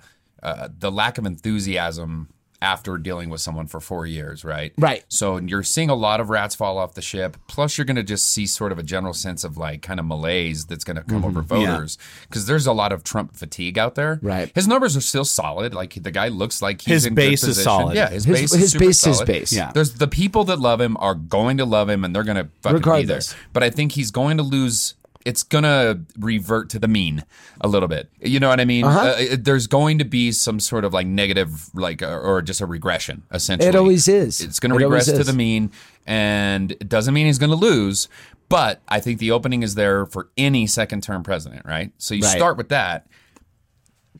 uh, the lack of enthusiasm after dealing with someone for four years, right?
Right.
So you're seeing a lot of rats fall off the ship. Plus, you're going to just see sort of a general sense of like kind of malaise that's going to come over voters because there's a lot of Trump fatigue out there.
Mm-hmm. Right.
His numbers are still solid. Like the guy looks like he's
His
in
base
good
is
position.
solid.
Yeah, his,
His-
base. Is
his
super
base is
solid.
base.
Yeah.
There's the people that love him are going to love him and they're going to fucking
Regardless.
Be there. But I think he's going to lose. It's going to revert to the mean a little bit. You know what I mean? Uh-huh. there's going to be some sort of like negative, like, or, or just a regression, essentially.
It always is.
It's going to
It always
regress to
is.
the mean, and it doesn't mean he's going to lose. But I think the opening is there for any second term president, right? So you
Right.
start with that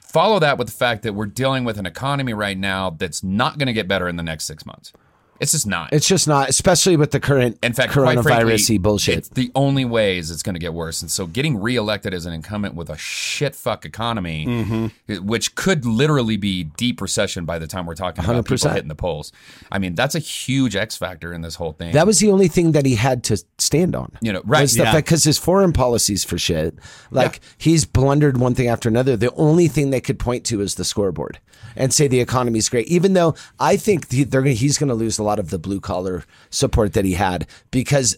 follow that with the fact that we're dealing with an economy right now that's not going to get better in the next six months. It's just not.
It's just not, especially with the current
in fact, quite frankly,
coronavirus bullshit.
It's the only ways it's going to get worse. And so, getting reelected as an incumbent with a shit fuck economy, it- which could literally be deep recession by the time we're talking about people
100%.
hitting the polls. I mean, that's a huge X factor in this whole thing.
That was the only thing that he had to stand on.
You know, right,
Was the
yeah.
because his foreign policies for shit. Like he's blundered one thing after another. The only thing they could point to is the scoreboard and say the economy's great. Even though I think the- they're gonna, he's going to lose a lot of the blue collar support that he had because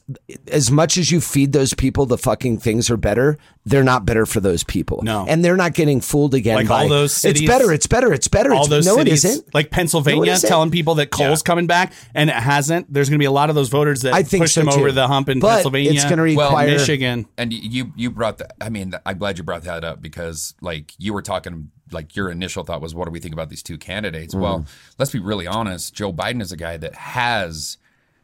as much as you feed those people the fucking things are better, they're not better for those people.
No.
and they're not getting fooled again.
Like
by,
all those cities-
it's better. It's better. It's better.
all
it's,
those
no,
cities,
it isn't.
like Pennsylvania,
isn't.
telling people that coal's coming back, and it hasn't. There's going to be a lot of those voters that
I think
pushed
so
him
too.
over the hump in
But
Pennsylvania.
it's gonna require-
Well,
Michigan.
And you you brought that. I mean, I'm glad you brought that up because like you were talking, like your initial thought was, what do we think about these two candidates?
Mm-hmm.
Well, let's be really honest. Joe Biden is a guy that has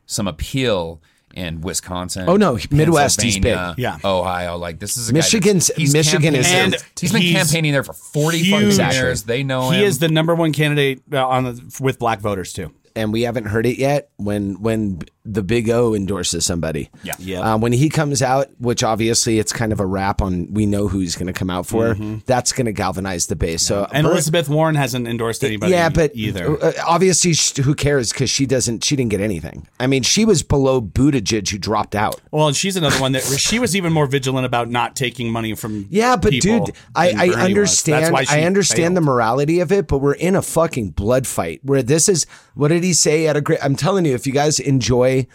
some appeal in Wisconsin.
Oh, no, Midwest, he's big.
Pennsylvania,
Yeah.
Ohio. Like this is a
Michigan's-
Guy that's- he's
Michigan is-
campaigning-
And
he's been
he's
campaigning there for 40
huge.
fucking
Exactly.
years. They know him.
He is the number one candidate uh, on the, with black voters too.
and we haven't heard it yet when when the big o endorses somebody
Yeah.
Yeah.
Uh, when he comes out which obviously it's kind of a wrap on we know who he's going to come out for that's going to galvanize the base so
Mm-hmm. And
Berg-
Elizabeth Warren hasn't endorsed anybody.
yeah but
either.
uh, obviously sh- who cares because she doesn't she didn't get anything i mean she was below buttigieg who dropped out
Well, and she's another one that she was even more vigilant about not taking money from.
yeah, but
people
dude, I,
than
I
Bernie was. That's
understand.
why she
I understand the
failed.
morality of it, but we're in a fucking blood fight where this is. What did he say at a great? I'm telling you, if you guys enjoy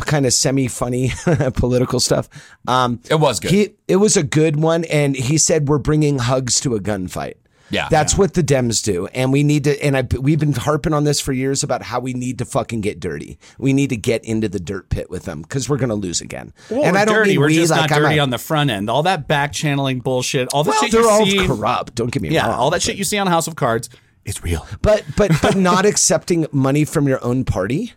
kind of semi funny political stuff, um,
It was good.
He, it was a good one, and he said we're bringing hugs to a gunfight.
Yeah.
that's what the Dems do, and we need to. And I, we've been harping on this for years about how we need to fucking get dirty. We need to get into the dirt pit with them because we're gonna lose again.
Well,
and
we're
I don't
dirty.
mean
we're
we
just
like
not
I'm
dirty
a-
on the front end. All that back channeling bullshit. All the
well,
shit
they're
you
all
see,
corrupt. Don't get me
Yeah,
wrong.
all that shit you see on House of Cards, it's real.
But but but not accepting money from your own party.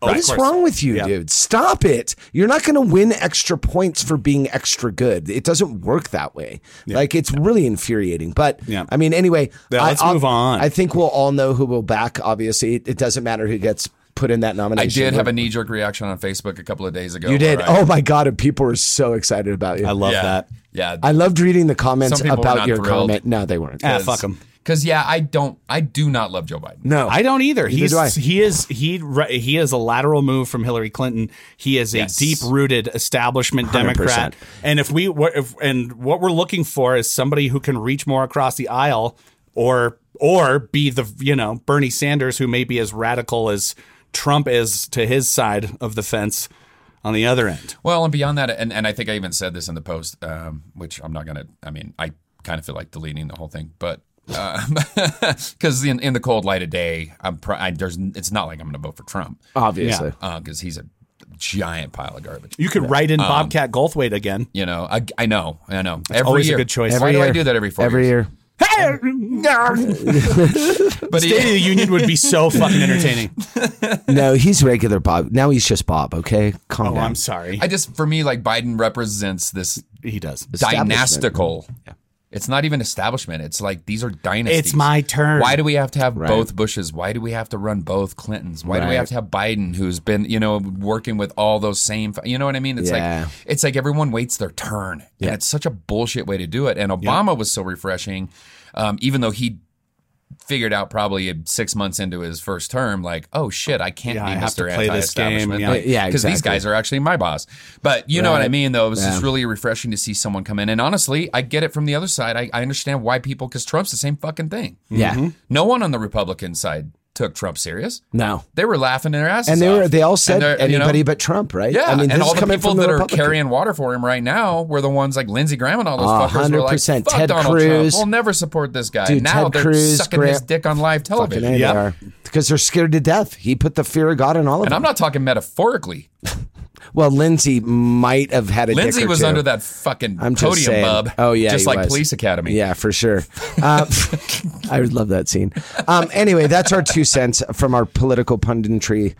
what
of
is
course.
wrong with you,
Yeah.
dude? Stop it. You're not going to win extra points for being extra good. It doesn't work that way. Like it's really infuriating. But
Yeah.
I mean, anyway,
Yeah,
I-
let's
I'll-
move on.
I think we'll all know who will back. Obviously, it, it doesn't matter who gets put in that
I
nomination.
did have a knee jerk reaction on Facebook a couple of days ago.
You did.
where I-
Oh my god! And people were so excited about you.
I love
yeah,
that.
Yeah.
I loved reading the comments
Some people were
about
not
your
thrilled.
comment. No, they weren't.
Ah, fuck him.
Because yeah, I don't. I do not love Joe Biden.
No,
I don't either. He's
do I.
he is he re- he is a lateral move from Hillary Clinton. He is a
Yes.
deep rooted establishment
100%.
Democrat. And if we were if, and what we're looking for is somebody who can reach more across the aisle, or or be the you know Bernie Sanders who may be as radical as Trump is to his side of the fence on the other end.
Well, and beyond that, and, and I think I even said this in the post, um, which I'm not going to, I mean, I kind of feel like deleting the whole thing, but because in, in the cold light of day, I'm pro- I, there's, it's not like I'm going to vote for Trump
Uh-huh.
obviously.
because he's a giant pile of garbage.
You could write
Um,
in Bobcat Goldthwait again.
You know, I, I know, I know. Every
always a
year.
good choice.
Why
Every
do I
year.
do that every four
Every
years?
year.
But he-
Um, State of the Union would be so fucking entertaining.
No, he's regular Bob. Now he's just Bob. Okay, calm
Oh,
down.
I'm sorry.
I just, for me, like Biden represents this
he does.
Establishment.
dynastical. It's not even establishment. It's like these are dynasties.
It's my turn.
Why do we have to have both Bushes? Why do we have to run both Clintons? Why do we
Right.
have to have Biden, who's been you know working with all those same? You know what I mean? It's
Yeah.
like it's like everyone waits their turn, and it's such a bullshit way to do it. And Obama was so refreshing, um, even though he figured out probably six months into his first term, like, oh shit, I can't
Yeah,
be
I have to
Mr.
play
Anti
this game,
Establishment.
yeah.
Yeah,
Because these
exactly.
guys are actually my boss. But you know what I
Right.
mean, though? It was just
Yeah.
really refreshing to see someone come in. And honestly, I get it from the other side. I, I understand why people, because Trump's the same fucking thing.
Yeah.
No one on the Republican side took Trump serious.
No.
They were laughing their asses
And they
off.
were they all said
they're, you know,
anybody but Trump, right?
yeah,
I mean,
and
this
all
is
the
coming
people
from
that
the
are
Republican.
carrying water for him right now were the ones like Lindsey Graham and all those
Oh,
fuckers were like,
100%.
"Fuck
Ted
Donald Trump.
Cruz.
We'll never support this guy."
Dude,
now
Ted
they're
Cruz,
sucking his
Grant-
dick on live
Fucking
television.
A,
Yep.
they are. Because they're scared to death. He put the fear of God in all of
And I'm
them.
not talking metaphorically.
well, Lindsay might have had a dick
Lindsey
or
was
two.
under that fucking
I'm just
podium
saying.
bub.
Oh yeah,
just
he
like
was.
Police Academy.
Yeah, for sure. Uh, I would love that scene. Um, anyway, that's our two cents from our political punditry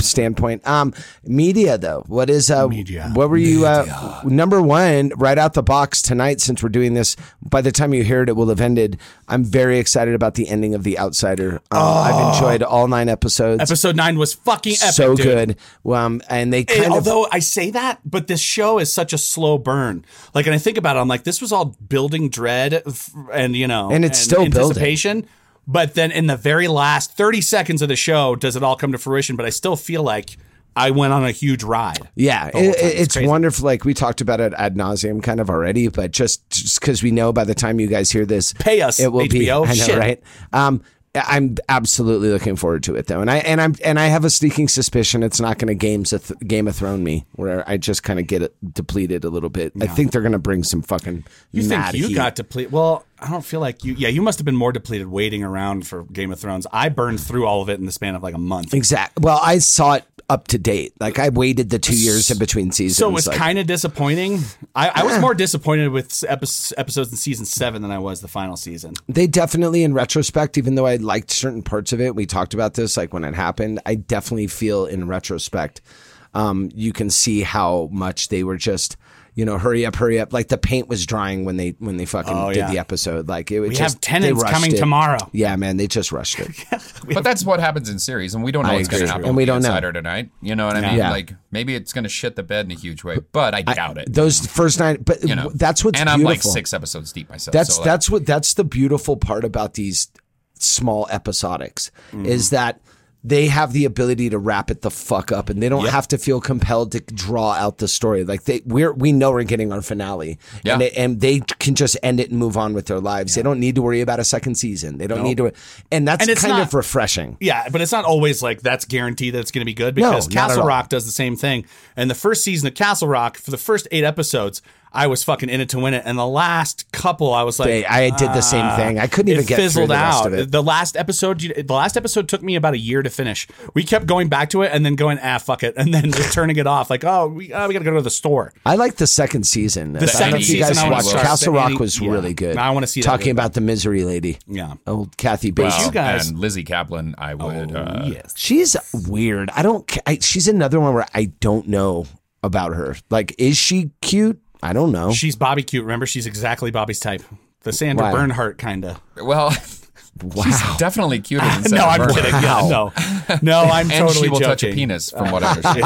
standpoint. Um, media, though, what is uh,
Media.
What were you uh, number one right out the box tonight? Since we're doing this, by the time you hear it, it will have ended. I'm very excited about the ending of The Outsider. Um, I've enjoyed all nine episodes.
Episode nine was fucking Oh. epic.
so
dude.
good. Um, and they kind
And
of
although I say that, but this show is such a slow burn. Like, and I think about it, I'm like, this was all building dread, f- and you know,
And it's still building.
anticipation. But then, in the very last 30 seconds of the show, does it all come to fruition? But I still feel like I went on a huge ride.
Yeah,
the whole
it,
time.
it's,
crazy.
wonderful. Like we talked about it ad nauseum, kind of already, but just because we know by the time you guys hear this,
Pay us,
It will be. I
HBO.
know,
Shit.
right? Um, I'm absolutely looking forward to it though, and I and I'm and I have a sneaking suspicion it's not going to games of th- Game of Thrones me, where I just kind of get it depleted a little bit. I think they're going to bring some fucking.
You
mad
think you
heat.
got depleted? Well, I don't feel like you. Yeah, you must have been more depleted waiting around for Game of Thrones. I burned through all of it in the span of like a month.
exactly? Well, I saw it up to date. Like I waited the two years in between seasons.
So it was
like,
kind of disappointing. I, I was more disappointed with episodes, episodes in season seven than I was the final season.
they definitely in retrospect even though i liked certain parts of it we talked about this like when it happened i definitely feel in retrospect um, you can see how much they were just you know hurry up hurry up like the paint was drying when they when they fucking
Oh,
did
yeah.
the episode like it was
We
just
have tenants
they rushed
coming
it.
tomorrow.
yeah man they just rushed it
But that's what happens in series, and we don't know
I
what's going
agree.
to happen.
And
with
we
The
don't know.
Insider tonight. You know what I mean?
Yeah.
Like maybe it's going to shit the bed in a huge way, but I doubt it.
those first nine but
you know,
that's what's
and
beautiful.
I'm like six episodes deep myself.
That's
so, like,
that's what that's the beautiful part about these small episodics is
Mm-hmm.
that they have the ability to wrap it the fuck up and they don't have to feel compelled to draw out the story like they we're we know we're getting our finale
Yeah.
and, they, and they can just end it and move on with their lives they don't need to worry about a second season they don't need to and that's
And it's
kind
not-
of refreshing
Yeah, but it's not always like that's guaranteed that it's going to be good
No,
because
not at
Castle
all.
Rock does the same thing. And the first season of Castle Rock, for the first eight episodes, I was fucking in it to win it. And the last couple, I was like, "Ah."
They- I did the same thing. I couldn't
it
even get through
fizzled
the rest
out.
of it.
The last episode, the last episode took me about a year to finish. We kept going back to it and then going, ah, fuck it, and then just turning it off. Like, oh, we, oh, we got to go to the store.
I like the second season. The
second
if you
season,
guys
I wanna
watched
start.
Castle
The
Rock
eighty-
was
yeah.
really good.
I wanna see that
talking
again.
about the misery lady.
Yeah.
old Kathy Bates.
Wow.
you guys-
um,
Oh,
and Lizzie Kaplan, I would. uh,
yes.
She's weird. I don't. ca- I, she's another one where I don't know about her. Like, is she cute? I don't know.
She's Bobby cute. Remember, she's exactly Bobby's type. The Sandra
Wow.
Bernhardt kind of.
Well,
wow.
definitely cuter than Sarah
No, I'm
Bernhardt.
kidding. Yeah, no, no, I'm
And
totally
she will
joking.
touch a penis, from what I understand.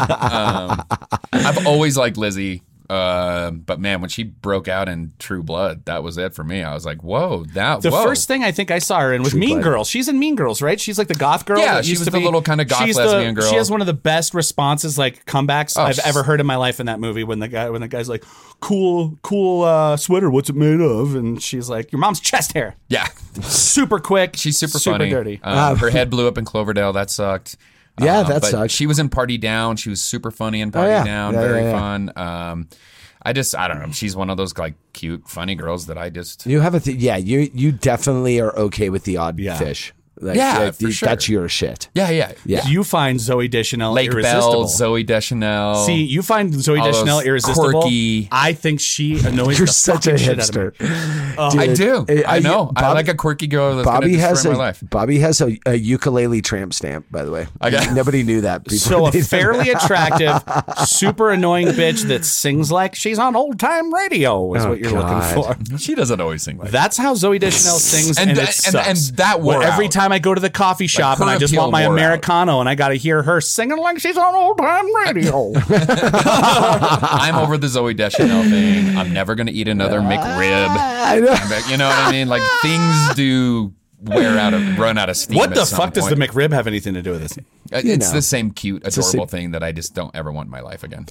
um, I've always liked Lizzie, uh, but man, when she broke out in True Blood, that was it for me. I was like, whoa, that
The
whoa.
first thing I think I saw her in was Mean
Blood.
Girls. She's in Mean Girls, right? She's like the goth girl.
Yeah,
that
she
used
was
to
the
be-
little kinda goth
she's
lesbian girl. Oh,
She has one of the best responses, like comebacks I've
she's-
ever heard in my life in that movie. When the guy, when the guy's like, "Cool, cool uh, sweater. What's it made of?" and she's like, "Your mom's chest hair."
yeah,
Super quick.
she's super, funny.
dirty.
Uh,
Um, her head blew up in Cloverdale. That sucked.
Yeah,
Um,
that
but
sucked.
She was in Party Down. She was super funny in Party
yeah.
Down.
Yeah,
very
yeah, yeah.
fun. Um, I just, I don't know. She's one of those like cute, funny girls that I just.
You have a th- yeah. You you definitely are okay with the odd fish. Like,
Yeah,
that-
for sure.
That's your shit.
Yeah, yeah,
Yeah.
You find Zoe Deschanel
Lake
irresistible.
Bell, Zoe Deschanel.
See, you find Zoe
Oh. All those
Deschanel irresistible.
quirky-
I think she annoys
You're
the
such a
fucking shit out of me.
hipster.
Uh, I
Dude,
do.
eh,
I know. I
Bob-
like a quirky girl that's
Bobby
going to
has
destroy
a
my life.
Bobby has a, a ukulele tramp stamp. By the way,
I got-
nobody knew that. before
So a
they-
fairly attractive, super annoying bitch that sings like she's on old time radio is what you're
Oh, God.
looking for.
Mhm. She doesn't always sing like that.
That's how Zoe Deschanel sings,
And
and,
that-
it
and-
sucks.
and that wore
Well, every
out.
time I go to the coffee shop
her
and I just
appeal
want my
wore out.
americano, and I got to hear her singing like she's on old time radio.
I'm over the Zoe Deschanel thing. I'm never going to eat another McRib.
I know.
But You know what I mean? Like things do wear out of run out of steam.
what
at
the
some
fuck does the
point.
McRib have anything to do with this?
Uh,
You
It's
know.
the same cute,
the
adorable thing that I just don't ever want in my life again.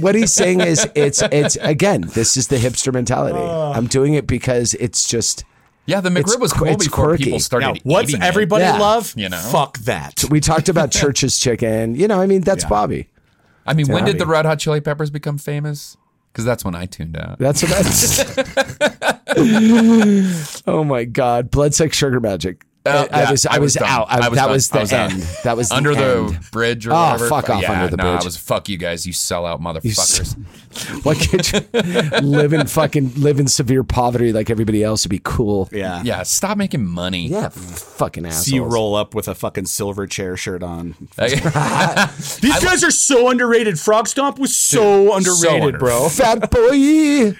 what he's saying
Oh.
is it's it's again this is the hipster mentality i'm doing it because it's just
Yeah, the
It's
McRib was
qu-
cool
it's
before
quirky.
people started
Now, what's
eating it.
everybody
Yeah.
love?
You know?
fuck that.
We talked about Church's chicken. You know, I mean, that's Bobby.
I mean, when did the
Tommy.
Red Hot Chili Peppers become famous? Because that's when I tuned out.
That's what that's. oh my God. Blood, sex, sugar magic.
Oh,
I,
yeah,
was, I,
I was
was,
done.
out.
I
I,
was done.
that was
I
the
was out.
end. That was
under
the,
the
end.
bridge or
Oh,
whatever.
fuck off
Yeah,
under the
nah,
bridge.
I was fuck you guys, you sell out motherfuckers.
s- Like, could you live in fucking live in severe poverty like everybody else would be cool.
Yeah.
yeah, stop making money.
Yeah, f- fucking assholes.
See you roll up with a fucking silver chair shirt on.
Yeah.
These guys are so underrated. Frog Stomp was so underrated,
so under-
bro.
Fat boy.
Wait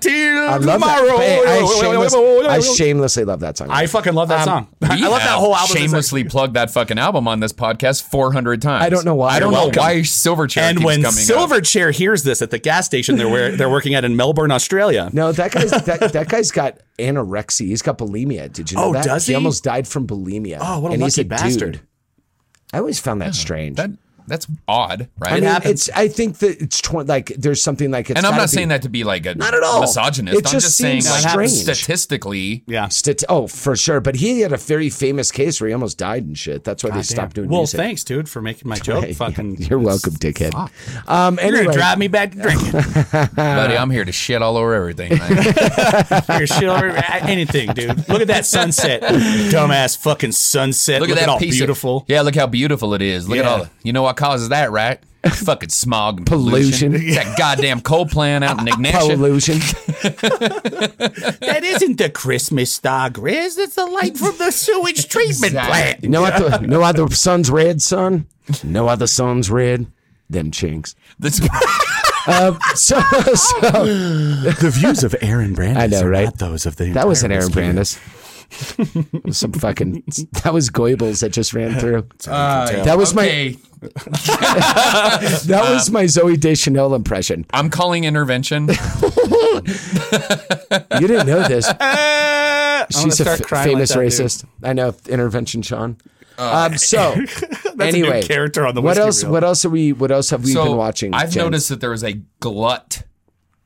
till
I love
tomorrow.
that. Hey, I, shameless- Um, I shamelessly love that song.
I fucking love that song. I love that whole album.
Shamelessly plugged that fucking album on this podcast 400 times.
I don't know why.
I don't
You're
know
welcome.
why Silverchair
and
keeps
when
coming up.
Silverchair hears this at the gas station they're where, they're working at in Melbourne, Australia.
no, that guy's that, that guy's got anorexia. He's got bulimia. Did you know
Oh,
that?
does he?
almost died from bulimia.
Oh, what a
and he's
lucky
dude.
bastard.
I always found that strange.
That, that's odd, right?
I mean,
happens.
it's. I think that it's tw- like there's something like it's.
and I'm
gotta
not
be-
saying that to be like a
Not at all.
misogynist.
It
I'm
just
just, saying
seems
like
strange.
statistically,
Yeah.
Stat- oh, for sure. But he had a very famous case where he almost died and shit. That's why they stopped doing
Well,
music.
thanks, dude, for making my joke.
Hey,
fucking,
You're welcome, dickhead. Um,
You're
anyway,
gonna drive me back to drinking.
buddy, I'm here to shit all over everything. man.
You're shit over anything, dude. Look at that sunset, dumbass fucking sunset.
Look,
Look,
at that
all
piece. of-
beautiful.
yeah, look how beautiful it is. Look at
Yeah.
all. The, you know what causes that, right? Fucking smog and
Pollution.
pollution. that goddamn coal plant out in Ignatia.
pollution.
That isn't the Christmas star, Grizz. It's the light from the sewage treatment
Exactly.
No other, no other sun's red, son. No other sun's red. Them chinks.
This-
So, so
The views of Aaron Brandis
I know, are right? not
those of the
that was an Aaron Brandis. It was Some fucking that was Goebbels that just ran through.
Uh,
That was my
okay,
that
uh,
was my Zoe Deschanel impression.
I'm calling intervention.
You didn't know this. She's a
Uh, start
f-
crying
famous
like that, dude. Oh,
racist. I know intervention, Sean. um, so
That's a new
anyway,
character on the
what
whiskey
else?
reel.
What else are we? What else have we
so
been watching?
I've
gents?
noticed that there was a glut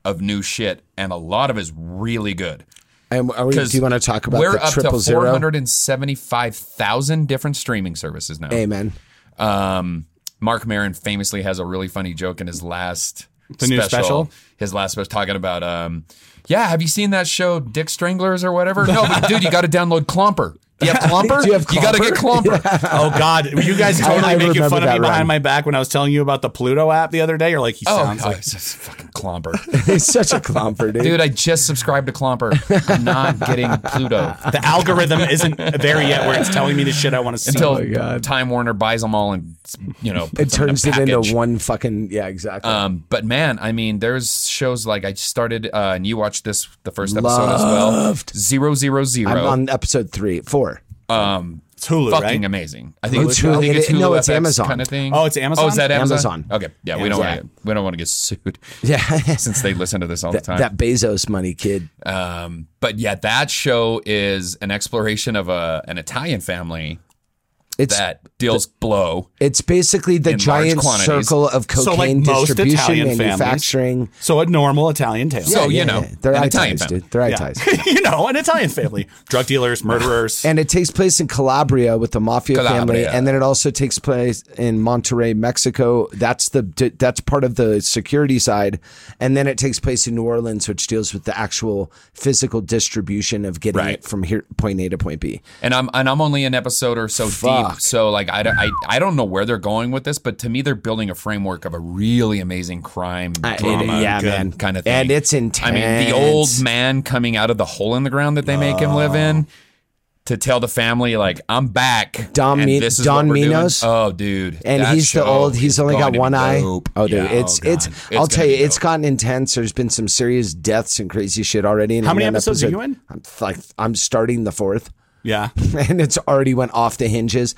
of new shit, and a lot of is really good.
And are we, do
'Cause
you want to talk about
we're
the
up to
triple
four
zero?
hundred and seventy-five thousand different streaming services now.
Amen.
Um, Mark Maron famously has a really funny joke in his last
The new special?
His last was talking about, um, yeah, have you seen that show Dick Stranglers or whatever? No, but dude, you got to download Clomper. Do you have Clomper?
Do you have
got to get
Clomper?
Clomper.
Oh God, you guys totally
I
making
remember
fun of
that
me behind
run.
my back when I was telling you about the Pluto app the other day. You're like, he
Oh,
sounds
God,
like
it's just fucking Clomper,
He's such a clomper, dude.
dude. I just subscribed to Clomper. I'm not getting Pluto
Oh
the algorithm isn't there yet, where it's telling me the shit I want to see.
until
God.
Time Warner buys them all and you know
it
puts them in a
turns it into
package.
one fucking yeah, exactly.
Um, but man, I mean, there's shows like I started, uh, and you watched this the first episode as well. Zero zero zero.
I'm on episode three, four.
it's Hulu,
fucking
right?
amazing. I think,
It's
it's, I think
Hulu.
it's
It-
Hulu
no, it's Amazon.
kind of thing.
Oh, it's Amazon?
Oh, is that Amazon?
Amazon.
Okay, yeah, we don't want to we don't want to get sued
Yeah,
since they listen to this all the
that,
time.
that Bezos money kid.
Um, but yeah, that show is an exploration of a an Italian family
It's
that deals blow.
it's basically the
in large
giant
quantities.
circle of cocaine
So, like most
distribution,
Italian families.
manufacturing.
So a normal Italian tale.
So you know,
they're
an
eye
Italian
ties,
family.
dude. They're eye
Yeah.
ties.
you know, an Italian family, drug dealers, murderers.
And it takes place in Calabria with the mafia family,
Calabria.
and then it also takes place in Monterrey, Mexico. That's the that's part of the security side, and then it takes place in New Orleans, which deals with the actual physical distribution of getting
Right.
it from here point A to point B.
and I'm and I'm only an episode or so
Fuck.
deep. So like I, don't- I I don't know where they're going with this, but to me they're building a framework of a really amazing crime
Uh, it-
drama,
yeah,
good
man.
kind of thing.
And it's
I mean, the
intense.
old man coming out of the hole in the ground that they make him live in
Oh.
to tell the family like I'm back.
Don
and
Mi-
this is
Don
what we're doing."
Minos?
Oh, dude,
and
that
he's the
show
old.
is
He's only
going
got
to be
one eye.
dope.
Oh, dude,
Yeah,
it's
oh,
it's.
God.
I'll
gonna
tell you,
be
it's
dope.
gotten intense. There's been some serious deaths and crazy shit already. And
How
in
many
one
episodes are
episode-
you in?
I'm like, I'm starting the fourth,
yeah.
and it's already went off the hinges.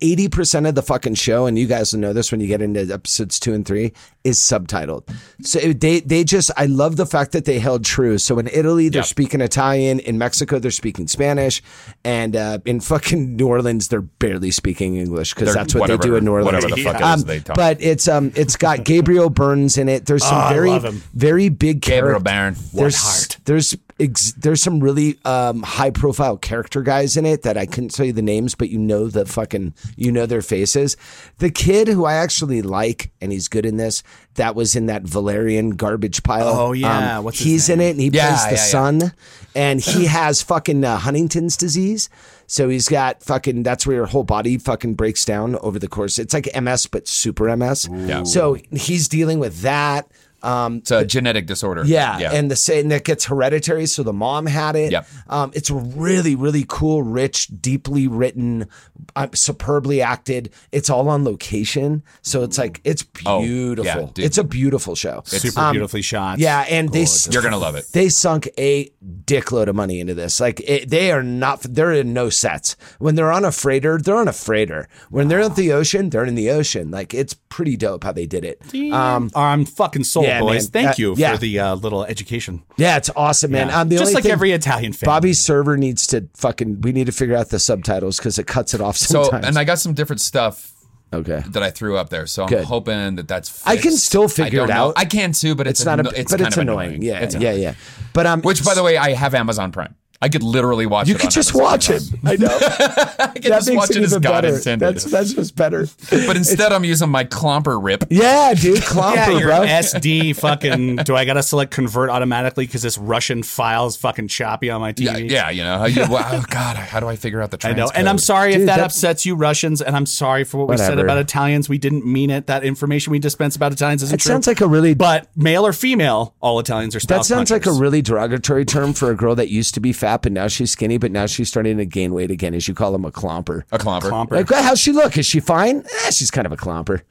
Eighty percent of the fucking show, and you guys will know this when you get into episodes two and three, is subtitled. So it- they they just. I love the fact that they held true. So in Italy, they're
Yep.
speaking Italian. In Mexico, they're speaking Spanish, and uh, in fucking New Orleans, they're barely speaking English because
They're-
that's what
whatever-
they do in New Orleans.
Whatever the fuck it is
Um,
they talk. Oh,
but it's um, it's got Gabriel Burns in it. There's some
I
very,
love him.
very big
Gabriel
character-
Byrne.
There's
heart.
there's ex- there's some really um, high profile character guys in it that I couldn't tell you the names, but you know the fucking you know their faces. The kid who I actually like and he's good in this that was in that Valerian garbage pile. Um,
Oh, yeah. What's his
he's in it and he
Yeah,
plays the
yeah, yeah.
son, and he has fucking uh, Huntington's disease. So he's got fucking. That's where your whole body fucking breaks down over the course. It's like MS, but super MS.
Yeah.
So he's dealing with that. Um,
It's a genetic disorder.
yeah, and the same that gets hereditary. So the mom had it.
Yep.
Um, it's really, really cool, rich, deeply written, uh, superbly acted. It's all on location, so it's like it's
Oh, yeah,
beautiful.
dude.
it's a beautiful show.
Super
Um,
beautifully shot.
Yeah, and they s-
you're gonna love it.
they sunk a dickload of money into this. Like it, they are not, they're in no sets. When they're on a freighter, they're on a freighter. When they're at the ocean, they're in the ocean. Like it's pretty dope how they did it.
Um, I'm fucking sold,
yeah,
boys.
man.
Thank
Uh,
you
yeah.
for the uh, little education.
Yeah, it's awesome, man.
Yeah.
Um, the
Just
only
like
thing-
every Italian family.
Bobby's server needs to fucking. We need to figure out the subtitles because it cuts it off
so
sometimes.
and I got some different stuff
okay.
that I threw up there, so I'm
Good.
hoping that that's. Fixed.
I can still figure
I
it
don't
out.
Know. I can too, but it's,
It's not a,
anno- it's
but
kind
it's
of
annoying. Yeah,
It's
yeah,
annoying.
yeah. But um,
Which, by the way, I have Amazon Prime. I could literally watch.
you
it
could
on
just
Amazon
watch
Prime.
it. I know
I could
that
just
makes
watch
it
it as
even
God
better.
intended.
That's that's just better.
but instead, I'm using my clomper rip.
Yeah, dude, clomper,
Yeah, your
bro.
SD fucking. Do I gotta select convert automatically because this Russian file's fucking choppy on my TV?
Yeah, yeah, you know. How you, wow, God, how do I figure out the
I
transcode?
know, and I'm sorry if
Dude,
that,
that-
upsets you, Russians, and I'm sorry for what we said
Whatever.
about Italians. We didn't mean it. That information we dispense about Italians isn't
That
true.
sounds like a really
but male or female, all Italians are.
that
spouse
sounds like a
punchers.
really derogatory term for a girl that used to be fat but now she's skinny, but now she's starting to gain weight again, as you call them a clomper.
A clomper.
Clomper.
Like, how's she look? Is she fine? Eh, she's kind of a clomper.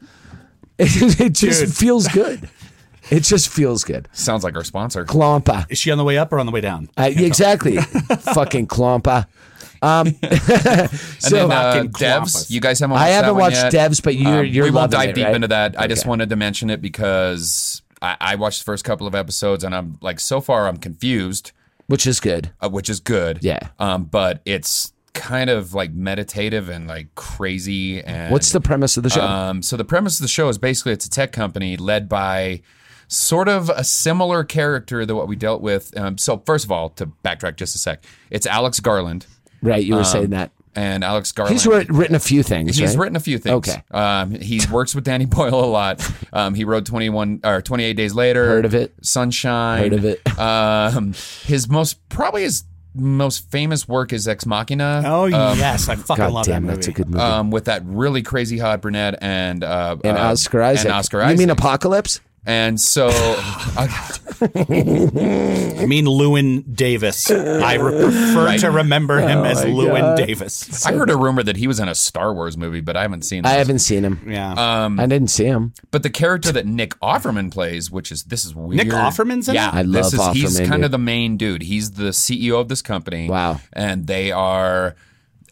It, just
Dude.
feels good. It just feels good.
Sounds like our sponsor.
Clompa.
Is she on the way up or on the way down?
Uh, exactly. Fucking clompa.
And then uh, Devs,
Fucking clompers.
you guys haven't. Watched
I haven't
that one yet.
watched Devs, but you're you're
we won't
loving
dive
it,
deep
right?
into that. I just
Okay.
wanted to mention it because I, I watched the first couple of episodes and I'm like, so far I'm confused,
which is good.
uh, which is good.
Yeah.
Um, but it's kind of like meditative and like crazy. And
What's the premise of the show?
Um, so the premise of the show is basically it's a tech company led by sort of a similar character to what we dealt with. Um, so first of all, to backtrack just a sec, it's Alex Garland,
right, you were saying that.
and Alex Garland.
He's writ- written a few things.
He's
right?
written a few things.
Okay.
Um, he works with Danny Boyle a lot. Um, he wrote 21 or 28 Days Later.
Heard of it.
Sunshine.
Heard of it.
Um, his most, probably his most famous work is Ex Machina.
Oh yes, I fucking
God
love
damn,
that movie.
um, that's a good movie.
Um, with that really crazy hot brunette and uh,
and
uh,
Oscar Isaac.
And Oscar
You
Isaac.
mean Apocalypse?
and so, uh,
I mean, Lewin Davis. I re- prefer to remember
Oh
him as Lewin Davis.
I heard a rumor that he was in a Star Wars movie, but I haven't seen.
I
this.
haven't seen him.
Yeah,
Um,
I didn't see him.
But the character that Nick Offerman plays, which is this is weird.
Nick Offerman's in
yeah.
it?
I
this is
love
he's
Offerman,
kind of
dude.
the main dude. He's the CEO of this company.
Wow.
and they are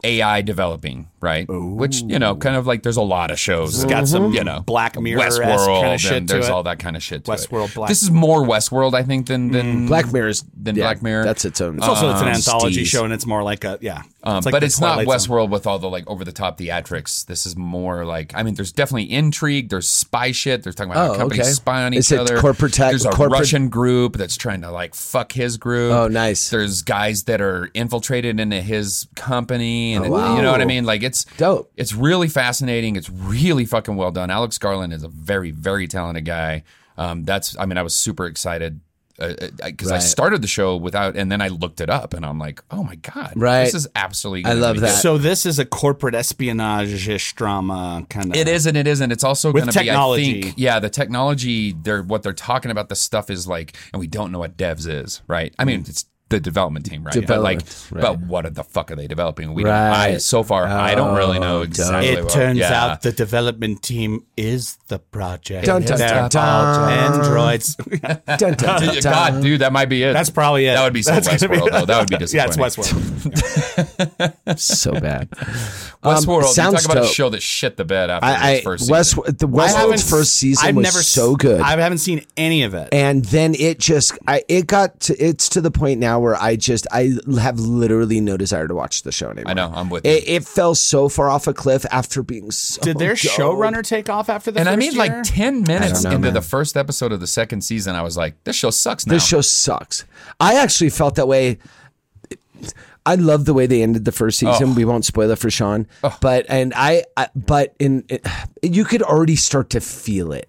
AI developing, right? Which you know, kind of like there's a lot of shows.
it's got some
you know
Mm-hmm. Black Mirror
Westworld,
kind of
and
shit to
there's
it.
all that kind of shit. To it.
Westworld, Black- Mm.
This is more Westworld, I think, than than
Black Mirror's
Then Black Mirror.
That's its own. Um,
It's also it's an anthology
Steez.
show, and it's more like a yeah.
Um,
it's like
but
the
it's not
Twilight Zone.
Westworld with all the like over the top theatrics. This is more like I mean, there's definitely intrigue. There's spy shit. They're talking about how
Oh,
companies
okay.
spy on each
Is it
other.
corporate tech-
There's a
corporate-
Russian group that's trying to like fuck his group.
Oh, nice.
There's guys that are infiltrated into his company, and
Oh,
it-
wow.
you know what I mean. Like it's
Dope.
It's really fascinating. It's really fucking well done. Alex Garland is a very very talented guy. Um, that's I mean, I was super excited. Because uh, 'cause I
Right.
started the show without, and then I looked it up, and I'm like, "Oh my god,
Right.
This is absolutely.
I
gonna
love
be
that.
So this is a corporate espionage drama kind of.
It is and it isn't. It's also
With
going to be, I
technology.
think, yeah, the technology. They're what they're talking about. The stuff is like, and we don't know what devs is, right? I mean, it's the development team, right? but like,
Development,
but
right.
what the fuck are they developing? We don't. I,
Right.
so far, I don't really know
Oh,
exactly.
It
what-
turns
yeah.
out the development team is the project.
Dun, dun,
They're
dun, dun.
all androids.
Dun, dun, dun,
God,
dun.
dude, that might be it.
That's probably it.
That would be so
That's gonna
Westworld, though. That would be
yeah, it's
disappointing.
Westworld.
so bad.
Westworld. you
Um, sounds
talk about a
dope.
show that shit the bed after
I, I
its first
West
season.
the
haven't-
Westworld's first season
I've
was
never
so
s-
good.
I haven't seen any of it.
and then it just I it got to it's to the point now now where I just I have literally no desire to watch the show anymore.
I know, I'm with you.
It, it fell so far off a cliff after being so.
Did their
dope.
showrunner take off after
oh,
the
and
first
I mean,
year?
like ten minutes
know,
into
man.
the first episode of the second season, I was like, "This show sucks." Now
This show sucks. I actually felt that way. I love the way they ended the first season. We won't spoil it for Sean, but and I, I but in you could already start to feel it.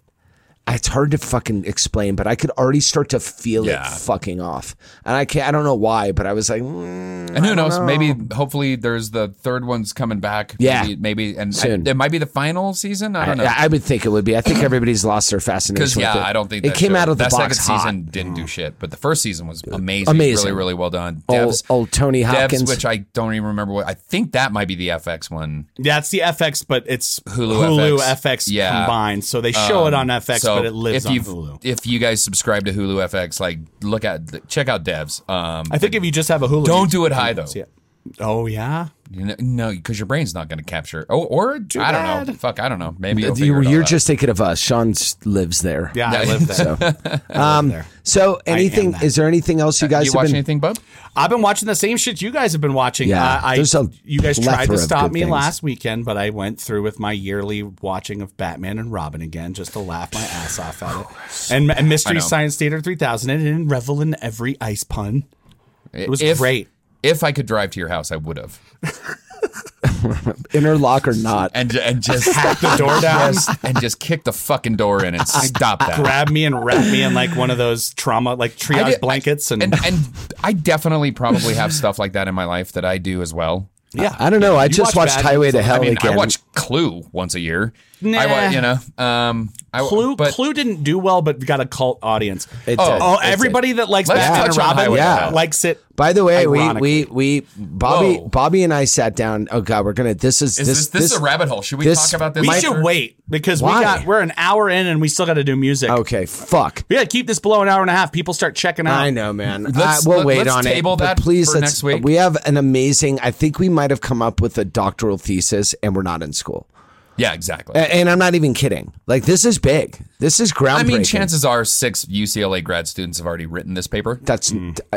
It's hard to fucking explain, but I could already start to feel
Yeah.
it fucking off, and I can't. I don't know why, but I was like, mm,
And who knows? Maybe, hopefully, there's the third one's coming back.
Yeah.
maybe, maybe and I-
Soon.
it might be the final season. I
I,
don't know.
I would think it would be. I think everybody's lost their fascination.
because
with
yeah,
it.
I don't think
it
that
came
show-
out of the
that
box
second
hot.
season didn't do shit, but the first season was amazing,
Amazing.
really, really well done.
Old-
Devs,
old Tony Hopkins.
Devs, which I don't even remember what I think that might be the FX one.
That's the FX, but it's Hulu,
Hulu
FX,
FX. Yeah. Um,
combined. So they show it on FX,
so
but it lives
if
on
you
Hulu.
if you guys subscribe to Hulu FX, like look at check out Devs. Um,
I think if you just have a Hulu,
don't
you-
do it high though.
Yeah. Oh yeah,
You know- No, because your brain's not going to capture. Oh, or I don't know.
bad.
Fuck, I don't know. Maybe you'll
You,
figure it all
you're
out.
just thinking of us. Sean s- lives there.
yeah, I live there.
Um, so anything?
that.
Is there anything else you
Uh,
guys
you
have
watch
been?
anything, Bub?
I've been watching the same shit you guys have been watching.
Yeah,
Uh, I,
there's a
you guys tried
plethora
to
of
stop
good
me
things.
last weekend, but I went through with my yearly watching of Batman and Robin again just to laugh my ass off at it. And, and
I
Mystery
know.
Science Theater 3000 and, and revel in every ice pun. It was
If-
great.
If I could drive to your house, I would have.
interlock or not.
And ju- and just
Hack the door down.
Yes, and just kick the fucking door in and stop that.
Grab me and wrap me in like one of those trauma, like
I
triage
did-
blankets, and,
and and I definitely probably have stuff like that in my life that I do as well.
yeah,
I don't know. I just
watch
watched
Bad
Highway to
News-
Hell
I mean,
again.
I watch Clue once a year. I
Nah.
wa- you know, um, I,
Clue
but
Clue didn't do well, but got a cult audience.
It
Oh,
did.
Oh,
It did.
everybody that likes
Let's
Batman and
touch on
Robin
Highway
to Hell.
likes it.
By the way, we
Ironically.
we we Bobby
Whoa.
Bobby and I sat down. Oh God, we're gonna. This is,
is
this
this, this is a rabbit hole. Should we
this-
talk about this?
We
My-
should wait because
Why?
we got we're an hour in and we still got to do music.
Okay, fuck.
We got to keep this below an hour and a half. People start checking out.
I know, man.
Let's-
I, we'll
let-
wait
let's
on
table
it. but
that
please,
for next
let's-
week.
We have an amazing. I think we might have come up with a doctoral thesis, and we're not in school.
Yeah, exactly.
A- And I'm not even kidding. Like this is big. This is groundbreaking.
I mean, chances are six UCLA grad students have already written this paper,
that's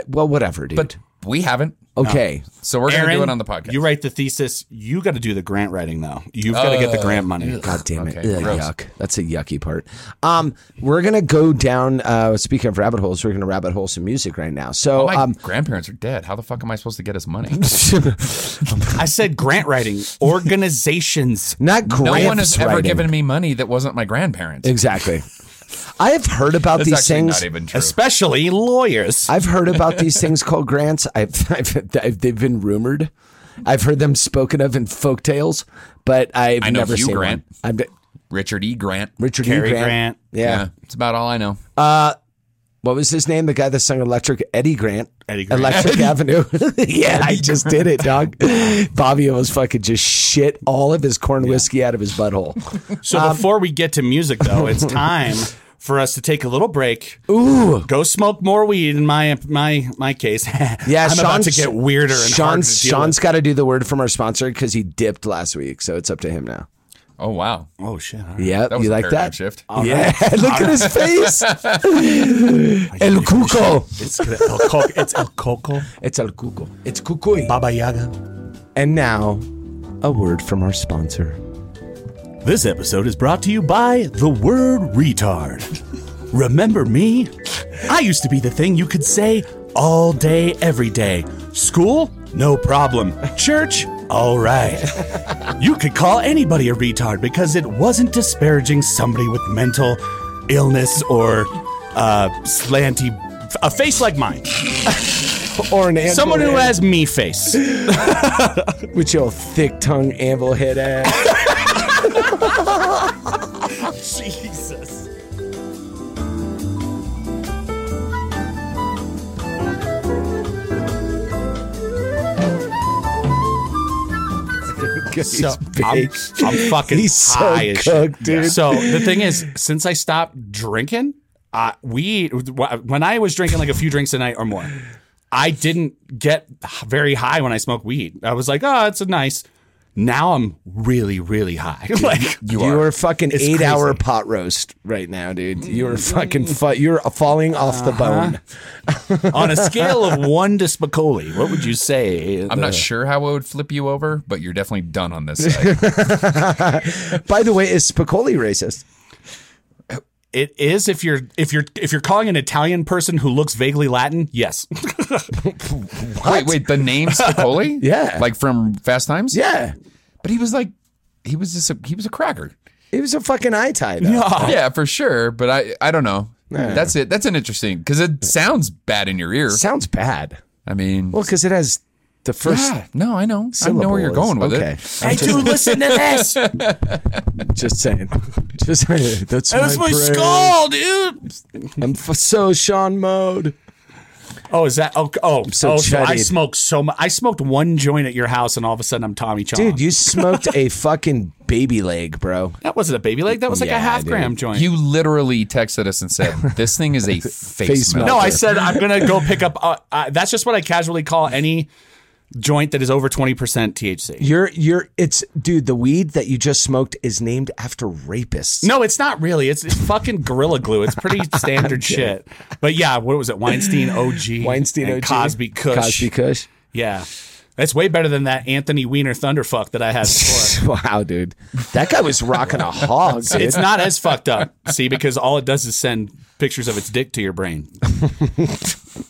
well, whatever, dude.
Mm. but we haven't.
okay,
So we're going to
Aaron,
do it on the podcast.
You write the thesis. You got to do the grant writing though. You've got to get the grant money.
Uh, God damn it.
Okay,
Ugh,
gross.
yuck. That's a yucky part. Um, we're going to go down, uh, speaking of rabbit holes, we're going to rabbit hole some music right now. So,
Oh My
um,
grandparents are dead. How the fuck am I supposed to get his money?
I said grant writing organizations.
not
No
grants
one has ever
writing.
given me money that wasn't my grandparents.
Exactly. I have heard about
That's
these
actually
things.
not even true.
Especially lawyers.
I've heard about these things called grants. I've, I've, I've they've been rumored. I've heard them spoken of in folk tales, but I've
I know
never
Hugh
seen
Grant.
one. I've,
Richard E. Grant.
Richard E.
Cary
Grant.
Grant.
Yeah.
Yeah, it's about all I know.
What was his name? The guy that sung Electric Eddie Grant.
Eddie Grant.
Electric Avenue. yeah, I just did it, dog. Bobby almost fucking just shit all of his corn whiskey out of his butthole.
So
Um,
before we get to music though, it's time for us to take a little break.
Ooh.
Go smoke more weed. In my my my case,
Yeah,
I'm
Sean's,
about to get weirder and harder
Sean's,
to deal
Sean's
with.
got to do the word from our sponsor because he dipped last week, so it's up to him now.
Oh wow,
Oh shit! all right.
Yep,
that was
you
a
like
paradigm
that? Uh,
shift.
Yeah, look at his face. El cuco.
It's gonna- El Coco. It's El Coco.
It's el cuco. It's cucuy.
Baba Yaga.
And now, a word from our sponsor.
This episode is brought to you by the word retard. Remember me? I used to be the thing you could say all day, every day. School? No problem. Church? All right. You could call anybody a retard because it wasn't disparaging somebody with mental illness or uh, slanty. A face like mine.
Or an anvil
Someone who
head
has me face.
with your thick tongue anvil head ass.
Jesus. So I'm, I'm fucking
He's so
high as shit.
cooked, dude.
So the thing is, since I stopped drinking, uh, we when I was drinking like a few drinks a night or more, I didn't get very high when I smoked weed. I was like, oh, it's a nice. Now I'm really, really high. like
You, are a fucking
It's
eight
crazy.
hour pot roast right now, dude. You're fucking fu- you're falling off the bone.
on a scale of one to Spicoli, what would you say?
I'm not sure how it would flip you over, but you're definitely done on this side.
By the way, is Spicoli racist?
It is if you're if you're if you're calling an Italian person who looks vaguely Latin, yes.
wait, wait, the name Spicoli?
Yeah.
like from Fast Times.
Yeah.
but he was like, he was just a, he was a cracker.
It was a fucking eye tie. Though.
Yeah, for sure. But I I don't know. That's it. That's an interesting because it sounds bad in your ear.
Sounds bad.
I mean,
Well, because it has the first
yeah, no, I know. I know
syllable
where you're
is-
going with
okay.
it.
I do listen to this. Just saying. Just saying. That's, my, brain.
dude.
I'm f- so Sean mode.
Oh, is that? Oh, oh,
so
oh, so I
chatty.
smoked so much. I smoked one joint at your house, and all of a sudden I'm Tommy Chong.
Dude, you smoked a fucking baby leg, bro.
that wasn't a baby leg. That was like
Yeah,
a half
dude.
gram joint.
You literally texted us and said, "This thing is a face,
Face
melter."
no, I
melter.
said I'm gonna go pick up. Uh, uh, that's just what I casually call any joint that is over twenty percent THC.
You're you're it's dude, the weed that you just smoked is named after rapists.
No, it's not really. It's, it's fucking gorilla glue. It's pretty standard shit. But yeah, what was it? Weinstein OG,
Weinstein
and
OG.
Cosby Kush.
Cosby Kush.
Yeah, that's way better than that Anthony Weiner Thunderfuck that I had before.
Wow, dude. That guy was rocking a hog, dude.
It's not as fucked up, see, because all it does is send pictures of its dick to your brain.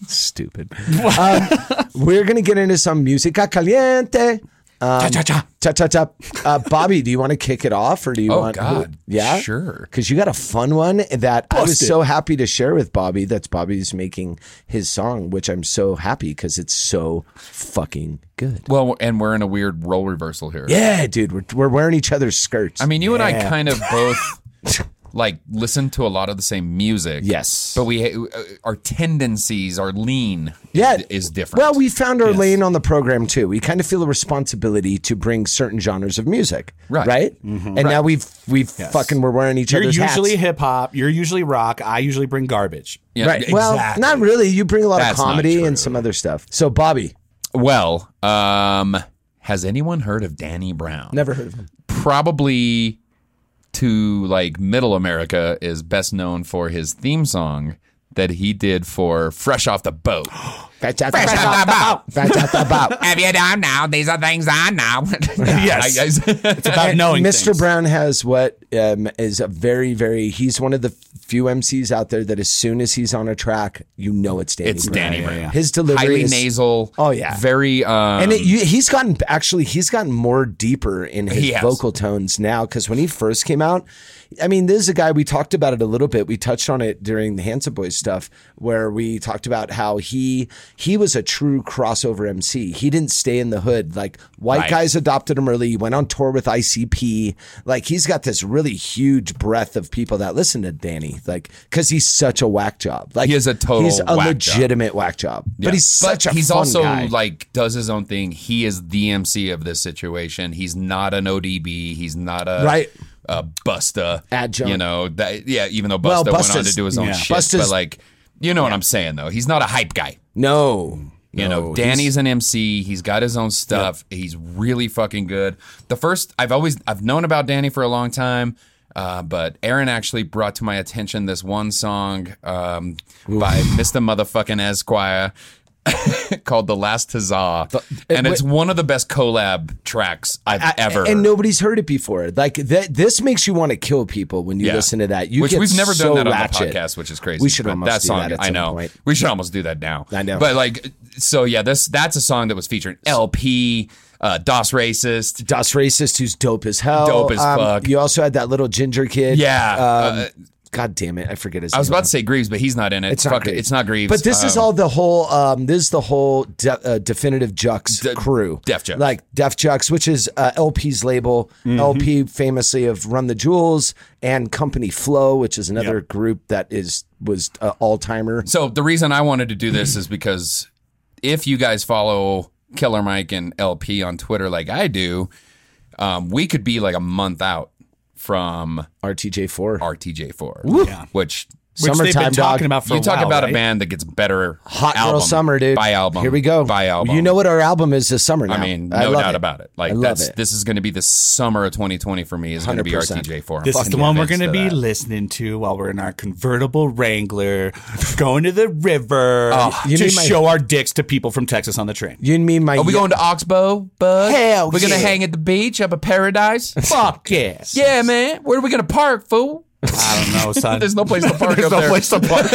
Stupid. Um, we're gonna get into some musica caliente.
cha cha cha.
Tap tap tap. Uh, Bobby, do you want to kick it off, or do you
Oh,
want?
God.
yeah,
Sure.
Because you got a fun one that I was
Bust it.
so happy to share with Bobby. That's Bobby's making his song, which I'm so happy because it's so fucking good.
Well, and we're in a weird role reversal here.
Yeah, dude, we're, we're wearing each other's skirts.
I mean, you and I kind of both like listen to a lot of the same music.
yes,
But we uh, our tendencies, our lean,
yeah,
is, is different.
Well, we found our lane on the program too. We kind of feel a responsibility to bring certain genres of music,
Right.
Right, and now we've we've fucking we're wearing each
You're
other's
usually
hats.
hip hop. You're usually rock. I usually bring garbage.
Yeah,
Right. Well,
exactly.
not really. You bring a lot
That's
of
not
comedy
true.
and some other stuff. So, Bobby,
well, um, has anyone heard of Danny Brown?
never heard of him.
probably to like middle America is best known for his theme song that he did for Fresh Off the Boat.
Fresh out the
boat.
boat. Fresh out the boat.
Have you done now? These are things I know.
Yes.
it's about
About knowing
Mr.
things.
Brown has what um, is a very, very. He's one of the few MCs out there that as soon as he's on a track, you know it's Danny.
It's
Brown.
Danny Brown.
His delivery
Highly
is
nasal.
Oh, yeah.
Very. Um,
And it, you, he's gotten actually, he's gotten more deeper in his
He has.
vocal tones now. Because when he first came out, I mean, this is a guy we talked about it a little bit. We touched on it during the Handsome Boys stuff, where we talked about how he he was a true crossover MC. He didn't stay in the hood. Like white
Right.
guys adopted him early. He went on tour with ICP. Like he's got this really huge breadth of people that listen to Danny. Like because he's such a whack job. Like
He is a total
He's a
whack job.
legitimate whack job. But he's such a
he's
fun
also
guy.
like does his own thing. He is the MC of this situation. He's not an ODB. He's not a
Right.
a Busta
Adjunct.
You know that yeah. Even though Busta
Well,
went on
Busta's-
to do his own
yeah.
shit,
Busta's-
but like you know what I'm saying though. He's not a hype guy.
No.
You know, Danny's an MC. He's got his own stuff. He's really fucking good. The first I've always I've known about Danny for a long time, uh, but Aaron actually brought to my attention this one song um, by Mr. Motherfucking Esquire called "The Last Huzzah," and it's one of the best collab tracks I've ever.
And nobody's heard it before. Like that, this makes you want to kill people when you
Yeah.
listen to that. You
which
get
we've never
so
done that on
ratchet.
the podcast, which is crazy.
We should
but
almost
that
do
song.
that at
I
some
know.
point.
We should almost do that now.
I know.
But like, so yeah, this that's a song that was featuring LP, uh, DOS Racist.
Das Racist, who's dope as hell. Um,
Dope as fuck.
You also had that little ginger kid.
Yeah,
Um,
uh,
God damn it, I forget his.
I was
name.
about to say Greaves, but he's not in it.
It's not
Fuck
Greaves.
it. It's not Greaves.
But this is
Um,
all the whole. Um, this is the whole de- uh, definitive Jux crew.
Def Jux. Mm-hmm.
like Def Jux, which is uh, LP's label. LP famously of Run the Jewels and Company Flow, which is another group that is was uh, all timer.
So the reason I wanted to do this is because if you guys follow Killer Mike and LP on Twitter like I do, um, we could be like a month out from
RTJ four.
RTJ4,
Yeah.
which
which they've been
Summertime Dog.
talking about for
you
a
talk
while,
about
right?
a band that gets better
Hot
album
Girl Summer, dude.
by album
Here we go.
by album.
You know what our album is this summer now.
I mean, no
love
doubt about it. Like
I love
that's
it.
this is going to be the summer of 2020 for me. Is going to be
100%.
RTJ for
This is the one we're going to be listening to while we're in our convertible Wrangler, going to the river
Ah, You
to
need my-
show our dicks to people from Texas on the train.
You and me, my
Are we going to Oxbow, bud?
Hell
We're gonna
yeah.
hang at the beach up at Paradise.
Fuck yes.
yeah, man. Where are we gonna park, fool?
I don't know, son.
There's no place to park. There's up no there. place to park.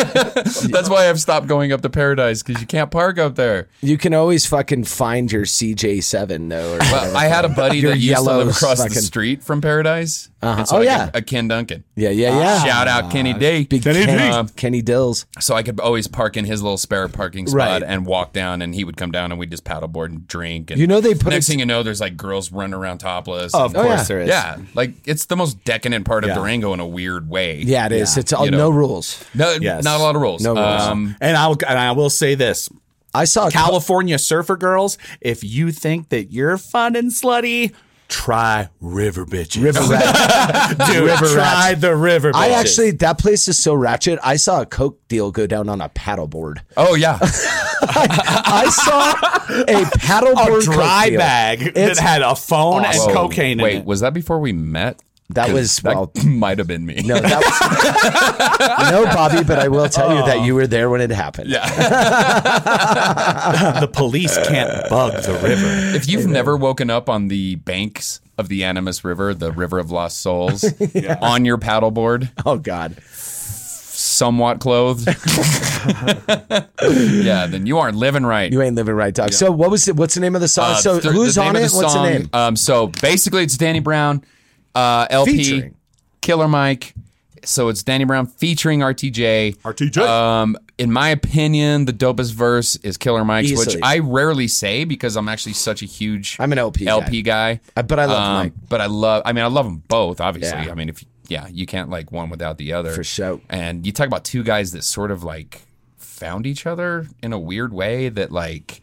That's why I've stopped going up to Paradise because you can't park up there.
You can always fucking find your CJ7 though. Or
Well, I had a buddy
Your
that used to live
yellows
across the
fucking-
street from Paradise. And so
Oh,
I
yeah.
could- a Ken Duncan.
yeah, yeah, yeah.
Shout out Kenny D.
Big
Kenny
Ken-
D.
uh, Kenny Dills.
So I could always park in his little spare parking spot
Right.
and walk down, and he would come down, and we'd just paddleboard and drink. And
You know they put
next
it-
thing you know, there's like girls running around topless.
of
and- Oh,
course
Oh, yeah.
there is.
yeah, like it's the most decadent part of
Yeah.
Durango in a weird way.
Yeah, it is. it's all
you know.
no rules.
no,
Yes.
not a lot of rules. Um,
No rules.
And I'll and I will say this.
I saw a
California surfer girls, if you think that you're fun and slutty, try river bitches.
River Rat.
Dude,
River
try the river bitches.
I actually that place is so ratchet. I saw a coke deal go down on a paddleboard.
Oh yeah,
I saw a
a
paddleboard
dry
Coke deal.
bag
It's
that had a phone
Whoa.
and cocaine
Wait,
in it.
was that before we met?
That
'Cause
was
that
well,
might have been me.
no, that was no, Bobby. But I will tell you that you were there when it happened.
the police can't bug the river.
If you've never woken up on the banks of the Animus River, the River of Lost Souls, on your paddleboard,
Oh God.
somewhat clothed, yeah, then you aren't living right.
You ain't living right, dog. So what was it? What's the name of the song?
Uh,
so
th-
who's
the name
on
of
it?
the
What's the
song,
name?
Um, so basically, it's Danny Brown, uh, LP,
Featuring.
Killer Mike. So it's Danny Brown featuring RTJ.
RTJ.
Um, in my opinion, the dopest verse is Killer Mike's,
Easily.
which I rarely say because I'm actually such a huge
I'm an LP guy.
LP guy. Um,
Uh, but I love Mike.
But I love. I mean, I love them both. Obviously,
Yeah.
I mean, if yeah, you can't like one without the other
For sure.
And you talk about two guys that sort of like found each other in a weird way that like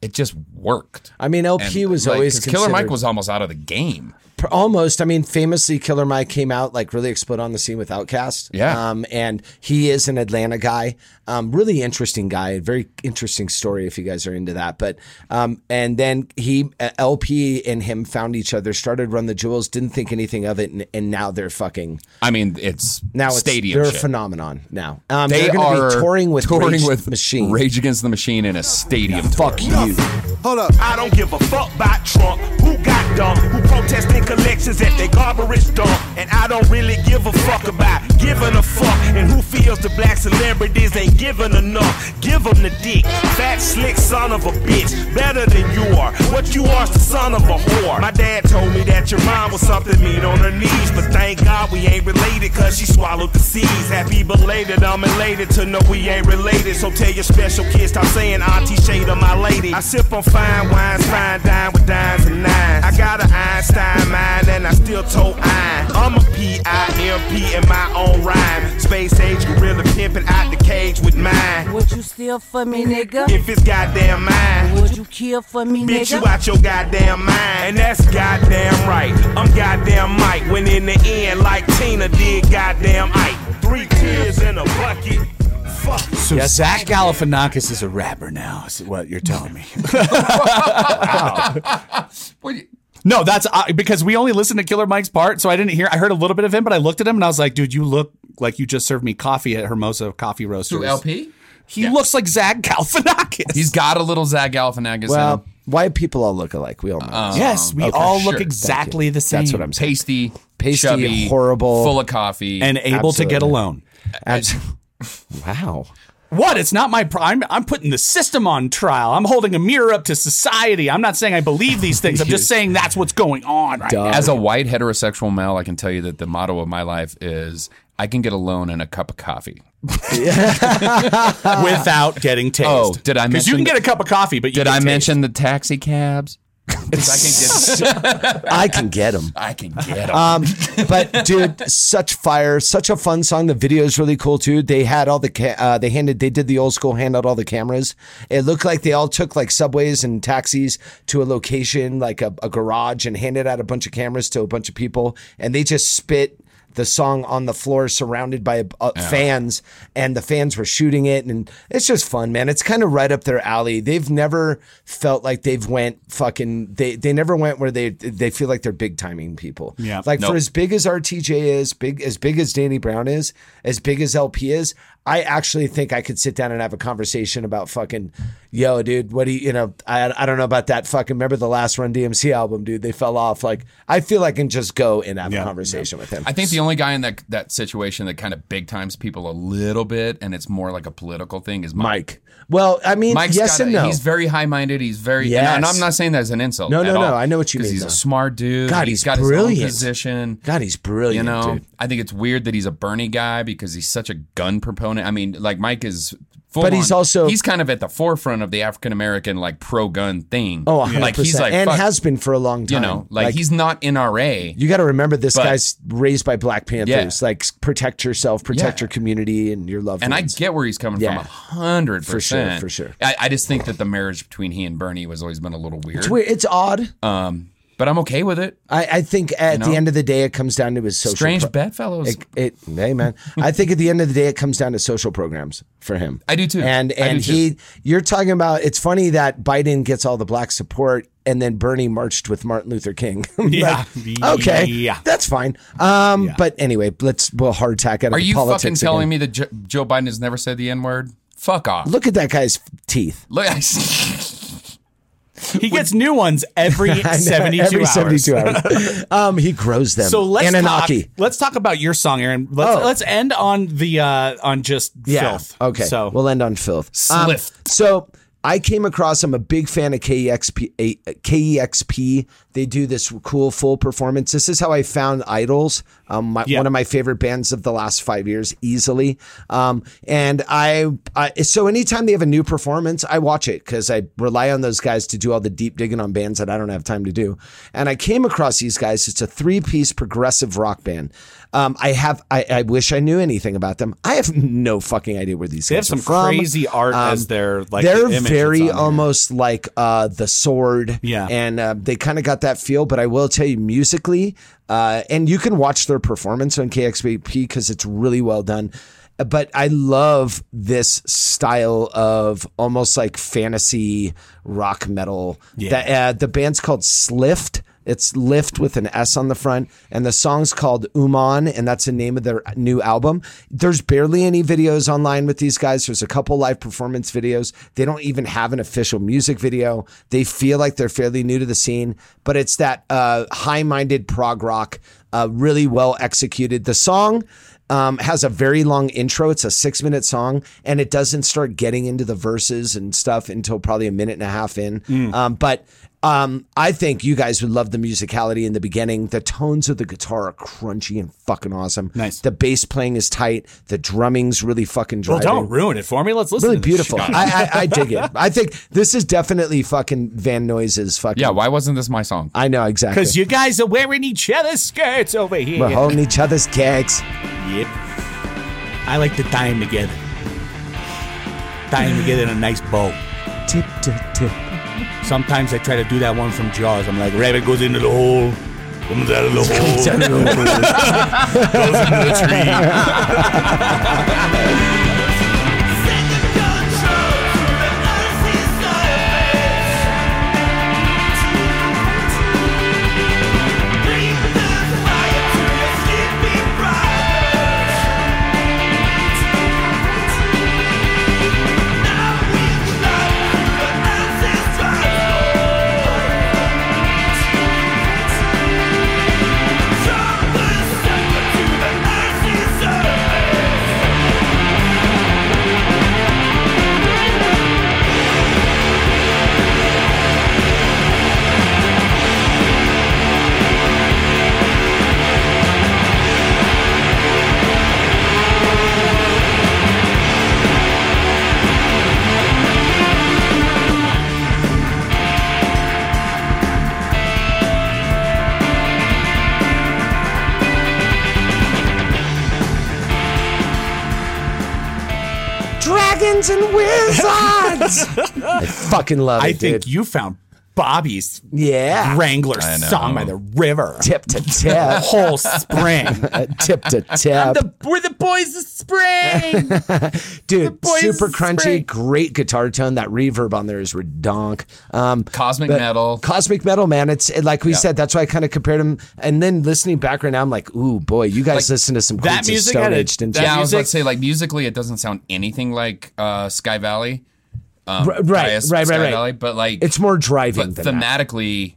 it just worked.
I mean, LP
And,
was
like,
always
'cause Killer Mike
considered-
was almost out of the game.
pr- almost. I mean, famously, Killer Mike came out like really exploded on the scene with Outkast.
Yeah.
um, and he is an Atlanta guy. Um, really interesting guy. Very interesting story if you guys are into that. But um, and then he uh, LP and him found each other, started Run the Jewels, didn't think anything of it, and, and now they're fucking
I mean, it's
now it's,
stadium.
they're
shit.
a phenomenon now. Um,
They
are going to
are
be touring with
touring
Rage
with
Machine.
Rage Against the Machine in a stadium.
Fuck you.
Hold up. I don't give a fuck by Trump. Who got dumb? Who protesting collections at their garbage dump? And I don't really give a fuck about giving a fuck. And who feels the black celebrities ain't giving enough? Give them the dick. Fat, slick son of a bitch. Better than you are. What you are is the son of a whore. My dad told me that your mom was something mean on her knees. But thank God we ain't related, cause she swallowed the seeds. Happy belated, I'm elated to know we ain't related. So tell your special kids, stop saying Auntie Shade of my lady. I sip on fine wines, fine dine with dimes and nines. I got an Einstein mind and I still told I. I'm a P-I-M-P in my own rhyme. Space age gorilla pimping out the cage with mine.
Would you steal for me, nigga?
If it's goddamn mine.
Would you kill for me,
Bitch,
nigga?
you out your goddamn mind. And that's goddamn right. I'm goddamn Mike. When in the end, like Tina did goddamn Ike. Three tears in a bucket. Fuck.
So Zach Galifianakis is a rapper now. Is what you're telling me?
What do you-
no, that's uh, because we only listened to Killer Mike's part, so I didn't hear. I heard a little bit of him, but I looked at him and I was like, "Dude, you look like you just served me coffee at Hermosa Coffee Roasters."
Who, LP?
He looks like Zach Galifianakis.
He's got a little Zach Galifianakis. in
Well,
him.
white Uh, people all look alike. We all know.
Um,
this.
yes, we
okay,
all
sure.
look
Thank
exactly the same.
That's what I'm saying.
pasty,
Pasty,
chubby,
horrible. uh,
full of coffee,
And able to get
Absolutely.
alone.
Abs- wow.
What? It's not my. Pr- I'm, I'm putting the system on trial. I'm holding a mirror up to society. I'm not saying I believe these things. I'm just saying that's what's going on right now.
As a white heterosexual male, I can tell you that the motto of my life is I can get alone in a cup of coffee.
without getting tased.
Oh, did I
Because you can
mention-
get a cup of coffee, but you
Did
get
I
tased.
mention the taxi cabs? 'Cause I can get
I can get them.
I can get 'em.
Um, but dude, such fire, such a fun song. The video is really cool too. They had all the ca- uh, they handed they did the old school hand out all the cameras. It looked like they all took like subways and taxis to a location like a, a garage and handed out a bunch of cameras to a bunch of people, and they just spit the song on the floor surrounded by uh,
Yeah.
fans, and the fans were shooting it, and it's just fun, man. It's kind of right up their alley. They've never felt like they've went fucking. They they never went where they they feel like they're big timing people.
Yeah.
like
Nope.
for as big as RTJ is, big as big as Danny Brown is, as big as LP is, I actually think I could sit down and have a conversation about fucking, yo, dude, what do you, you know, I, I don't know about that fucking. Remember the last Run DMC album, dude? They fell off. Like I feel I can just go and have a conversation with him.
I think the only guy in that that situation that kind of big times people a little bit, and it's more like a political thing, is Mike.
Well, I mean,
Mike's
yes
got
and
a-
no.
He's very high minded. He's very. and I- And,
Yes.
I'm not saying that as an insult.
No,
at
no,
all,
no, I know what you
'cause
mean,
He's
though.
a smart dude.
God, he's
he's got his
brilliant.
own position.
God, he's brilliant,
You know,
dude.
I think it's weird that he's a Bernie guy because he's such a gun proponent. I mean, like Mike is. Full
But he's
on-
also-
he's kind of at the forefront of the African American like pro gun thing.
Oh,
like he's
100%.
like
and
fuck,
has been for a long
you
time.
know, like, he's not NRA.
You got to remember this
But-
guy's raised by Black Panthers.
Yeah.
Like, protect yourself, protect
Yeah.
your community and your loved
and I
ones.
get where he's coming
Yeah.
from a hundred
For sure,
percent
for sure.
I, I just think that the marriage between he and Bernie has always been a little weird.
It's weird. It's odd.
Um, but I'm okay with it.
I, I think at
You know?
the end of the day, it comes down to his social.
Strange
pro-
bedfellows.
It, it, hey man, I think at the end of the day, it comes down to social programs for him.
I do too.
And
I do
and
too.
he, you're talking about. It's funny that Biden gets all the black support, and then Bernie marched with Martin Luther King. Like,
Yeah.
okay.
Yeah.
That's fine. Um. But anyway, let's we'll hard tack out of
Are
the
you
politics.
fucking telling
again.
me that jo- Joe Biden has never said the N word? Fuck off.
Look at that guy's teeth.
Look,
He gets new ones every
I know,
72
every
hours.
72 hours. um, he grows them.
So let's
Anunnaki.
talk, let's talk about your song, Aaron. Let's,
Oh.
let's end on the uh, on just filth.
Okay.
So
we'll end on filth. Um,
Slift.
so I came across. I'm a big fan of KEXP. A, KEXP. They do this cool full performance. This is how I found Idols. Um, my,
Yeah.
one of my favorite bands of the last five years, easily. Um, and I, I, so anytime they have a new performance, I watch it because I rely on those guys to do all the deep digging on bands that I don't have time to do. And I came across these guys. It's a three piece progressive rock band. Um, I have, I, I wish I knew anything about them. I have no fucking idea where these
they have
guys are
some
from.
crazy art
Um,
as their like
they're
image that's on
very
there.
almost like uh, the sword,
Yeah.
and uh, they kind of got that feel. But I will tell you, musically, uh, and you can watch their performance on KXBP because it's really well done. But I love this style of almost like fantasy rock metal. The, uh, the band's called Slift. It's Lift with an S on the front, and the song's called Uman, and that's the name of their new album. There's barely any videos online with these guys. There's a couple live performance videos. They don't even have an official music video. They feel like they're fairly new to the scene, but it's that uh, high minded prog rock, uh, really well executed. The song um, has a very long intro. It's a six minute song, and it doesn't start getting into the verses and stuff until probably a minute and a half in.
Mm.
Um, but um, I think you guys would love the musicality in the beginning. The tones of the guitar are crunchy and fucking awesome.
Nice.
The bass playing is tight. The drumming's really fucking
Well,
driving.
don't ruin it for me. Let's listen.
Really
to this
beautiful.
shit.
I, I, I dig it. I think this is definitely fucking Van Noise's fucking.
yeah, why wasn't this my song?
I know exactly.
Because you guys are wearing each other's skirts over here.
we're holding each other's gags.
Yep. I like to tie them together. Tie them together in a nice bow.
Tip, tip, tip.
Sometimes I try to do that one from Jaws. I'm like, rabbit goes into the hole, comes out of the hole.
Dragons and wizards. I fucking love it.
I think
dude.
you found Bobby's
yeah
Wrangler
I know.
song by the river.
Tip to tip.
Whole spring.
tip to
I'm
tip.
the- we're the boys of spring.
Dude,
boys
super
is
crunchy,
great.
great guitar tone. That reverb on there is redonk. Um,
cosmic
metal, cosmic metal, man. It's it- like we
Yeah.
said. That's why I kind of compared him. And then listening back right now, I'm like, ooh, boy, you guys listen to some Queens of Stone Age, didn't you?
yeah, I was about to say like musically, it doesn't sound anything like uh, Sky Valley. Um,
R- right,
Gaius
right,
Sky
right, right.
Valley, but like
it's more driving
but
than that.
thematically,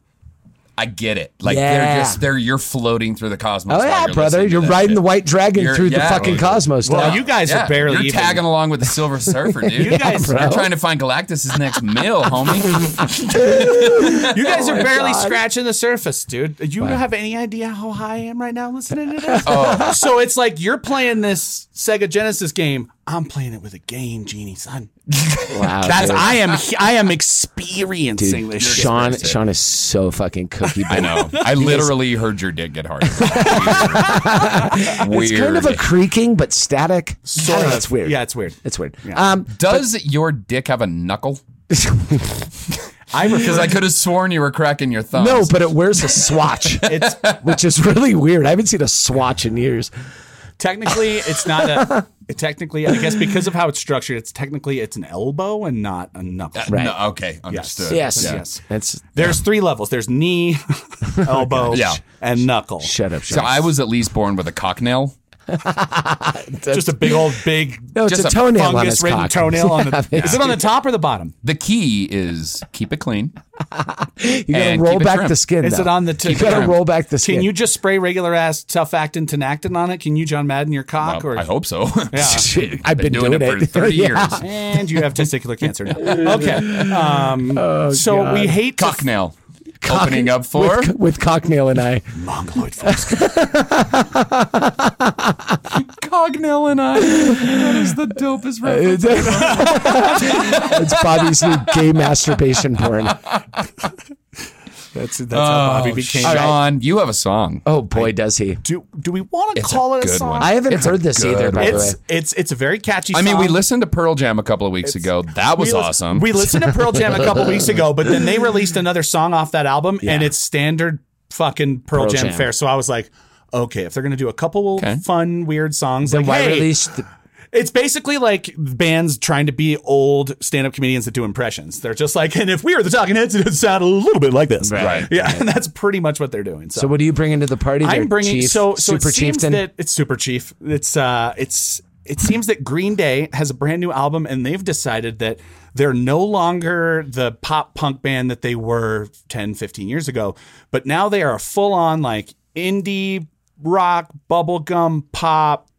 I get it. Like
Yeah.
they're just they're you're floating through the cosmos.
Oh
while
yeah,
you're
brother,
listening to
you're
that
riding
shit.
the white dragon
You're-
through the
yeah.
fucking cosmos.
Well,
dog.
you guys are Yeah, barely you're even- tagging along with the Silver Surfer, dude.
You Yeah, guys- bro.
are trying to find Galactus's next meal, homie.
You guys
Oh
are
my
barely
God.
scratching the surface, dude. You
Wow.
have any idea how high I am right now listening to this?
Oh.
So it's like you're playing this Sega Genesis game. I'm playing it with a game genie, son.
Wow,
That's
dude.
I am I am experiencing
Dude,
this shit.
Sean, Sean is so fucking cookie.
I know. I
You guys-
literally heard your dick get hard. Weird.
It's kind of a creaking, but static.
Sort
I don't know,
of.
It's weird.
Yeah, it's weird.
It's weird. Um,
Does your dick have a knuckle?
I
because I could have sworn you were cracking your thumb.
No, but it wears a swatch, which is really weird. I haven't seen a swatch in years.
Technically, it's not a. Technically, I guess because of how it's structured, it's technically it's an elbow and not a knuckle.
Uh, Right. no, okay, understood.
Yes,
Yeah.
yes.
That's,
There's three levels. There's knee,
Oh
elbow,
Yeah.
and knuckle.
Shut up,
So I was at least born with a cocknail.
just a big old big.
No, it's
just
a toenail on
fungus
his
ridden
cock.
toenail on the.
Yeah.
Is it on the top or the bottom?
The key is keep it clean. you
gotta roll back the skin.
Is
though.
it on the? T-
you gotta roll back the skin.
Can you just spray regular ass tough actin tenactin on it? Can you John Madden your cock? or
I hope so.
Yeah.
I've been doing
it for
it.
30
Yeah.
years.
and you have testicular cancer now. Okay. Um, so
God.
we hate to-
cocknail.
Cock-
Opening up for
with, with cocknail and I.
Mongoloid
Cocknail and I. That is the dopest reference.
it's Bobby's new gay masturbation porn.
That's that's
oh, Sean, you have a song.
Oh boy, does he!
Do do we want to
It's
call
a
it a
good
song?
one.
I haven't
It's a
heard this
good
either. By the way,
it's it's it's a very catchy.
I mean, we
song.
listened to Pearl Jam a couple of weeks ago. That was
we lis-
awesome.
We listened to Pearl Jam a couple weeks ago, but then they released another song off that album, and it's standard fucking Pearl,
Pearl
Jam,
Jam.
fare. So I was like, okay, if they're gonna do a couple fun, weird songs,
then
like,
why
hey,
release? The,
It's basically like bands trying to be old stand-up comedians that do impressions. They're just like, and if we were the Talking Heads, it would sound a little bit like this,
Right.
Yeah, and that's pretty much what they're doing. So,
so what are you bringing to the party? there,
I'm bringing
Chief?
so so
super
it seems
chieftain.
that it's super chief. It's uh it's it seems that Green Day has a brand new album and they've decided that they're no longer the pop punk band that they were 10 15 years ago, but now they are a full on like indie rock bubblegum pop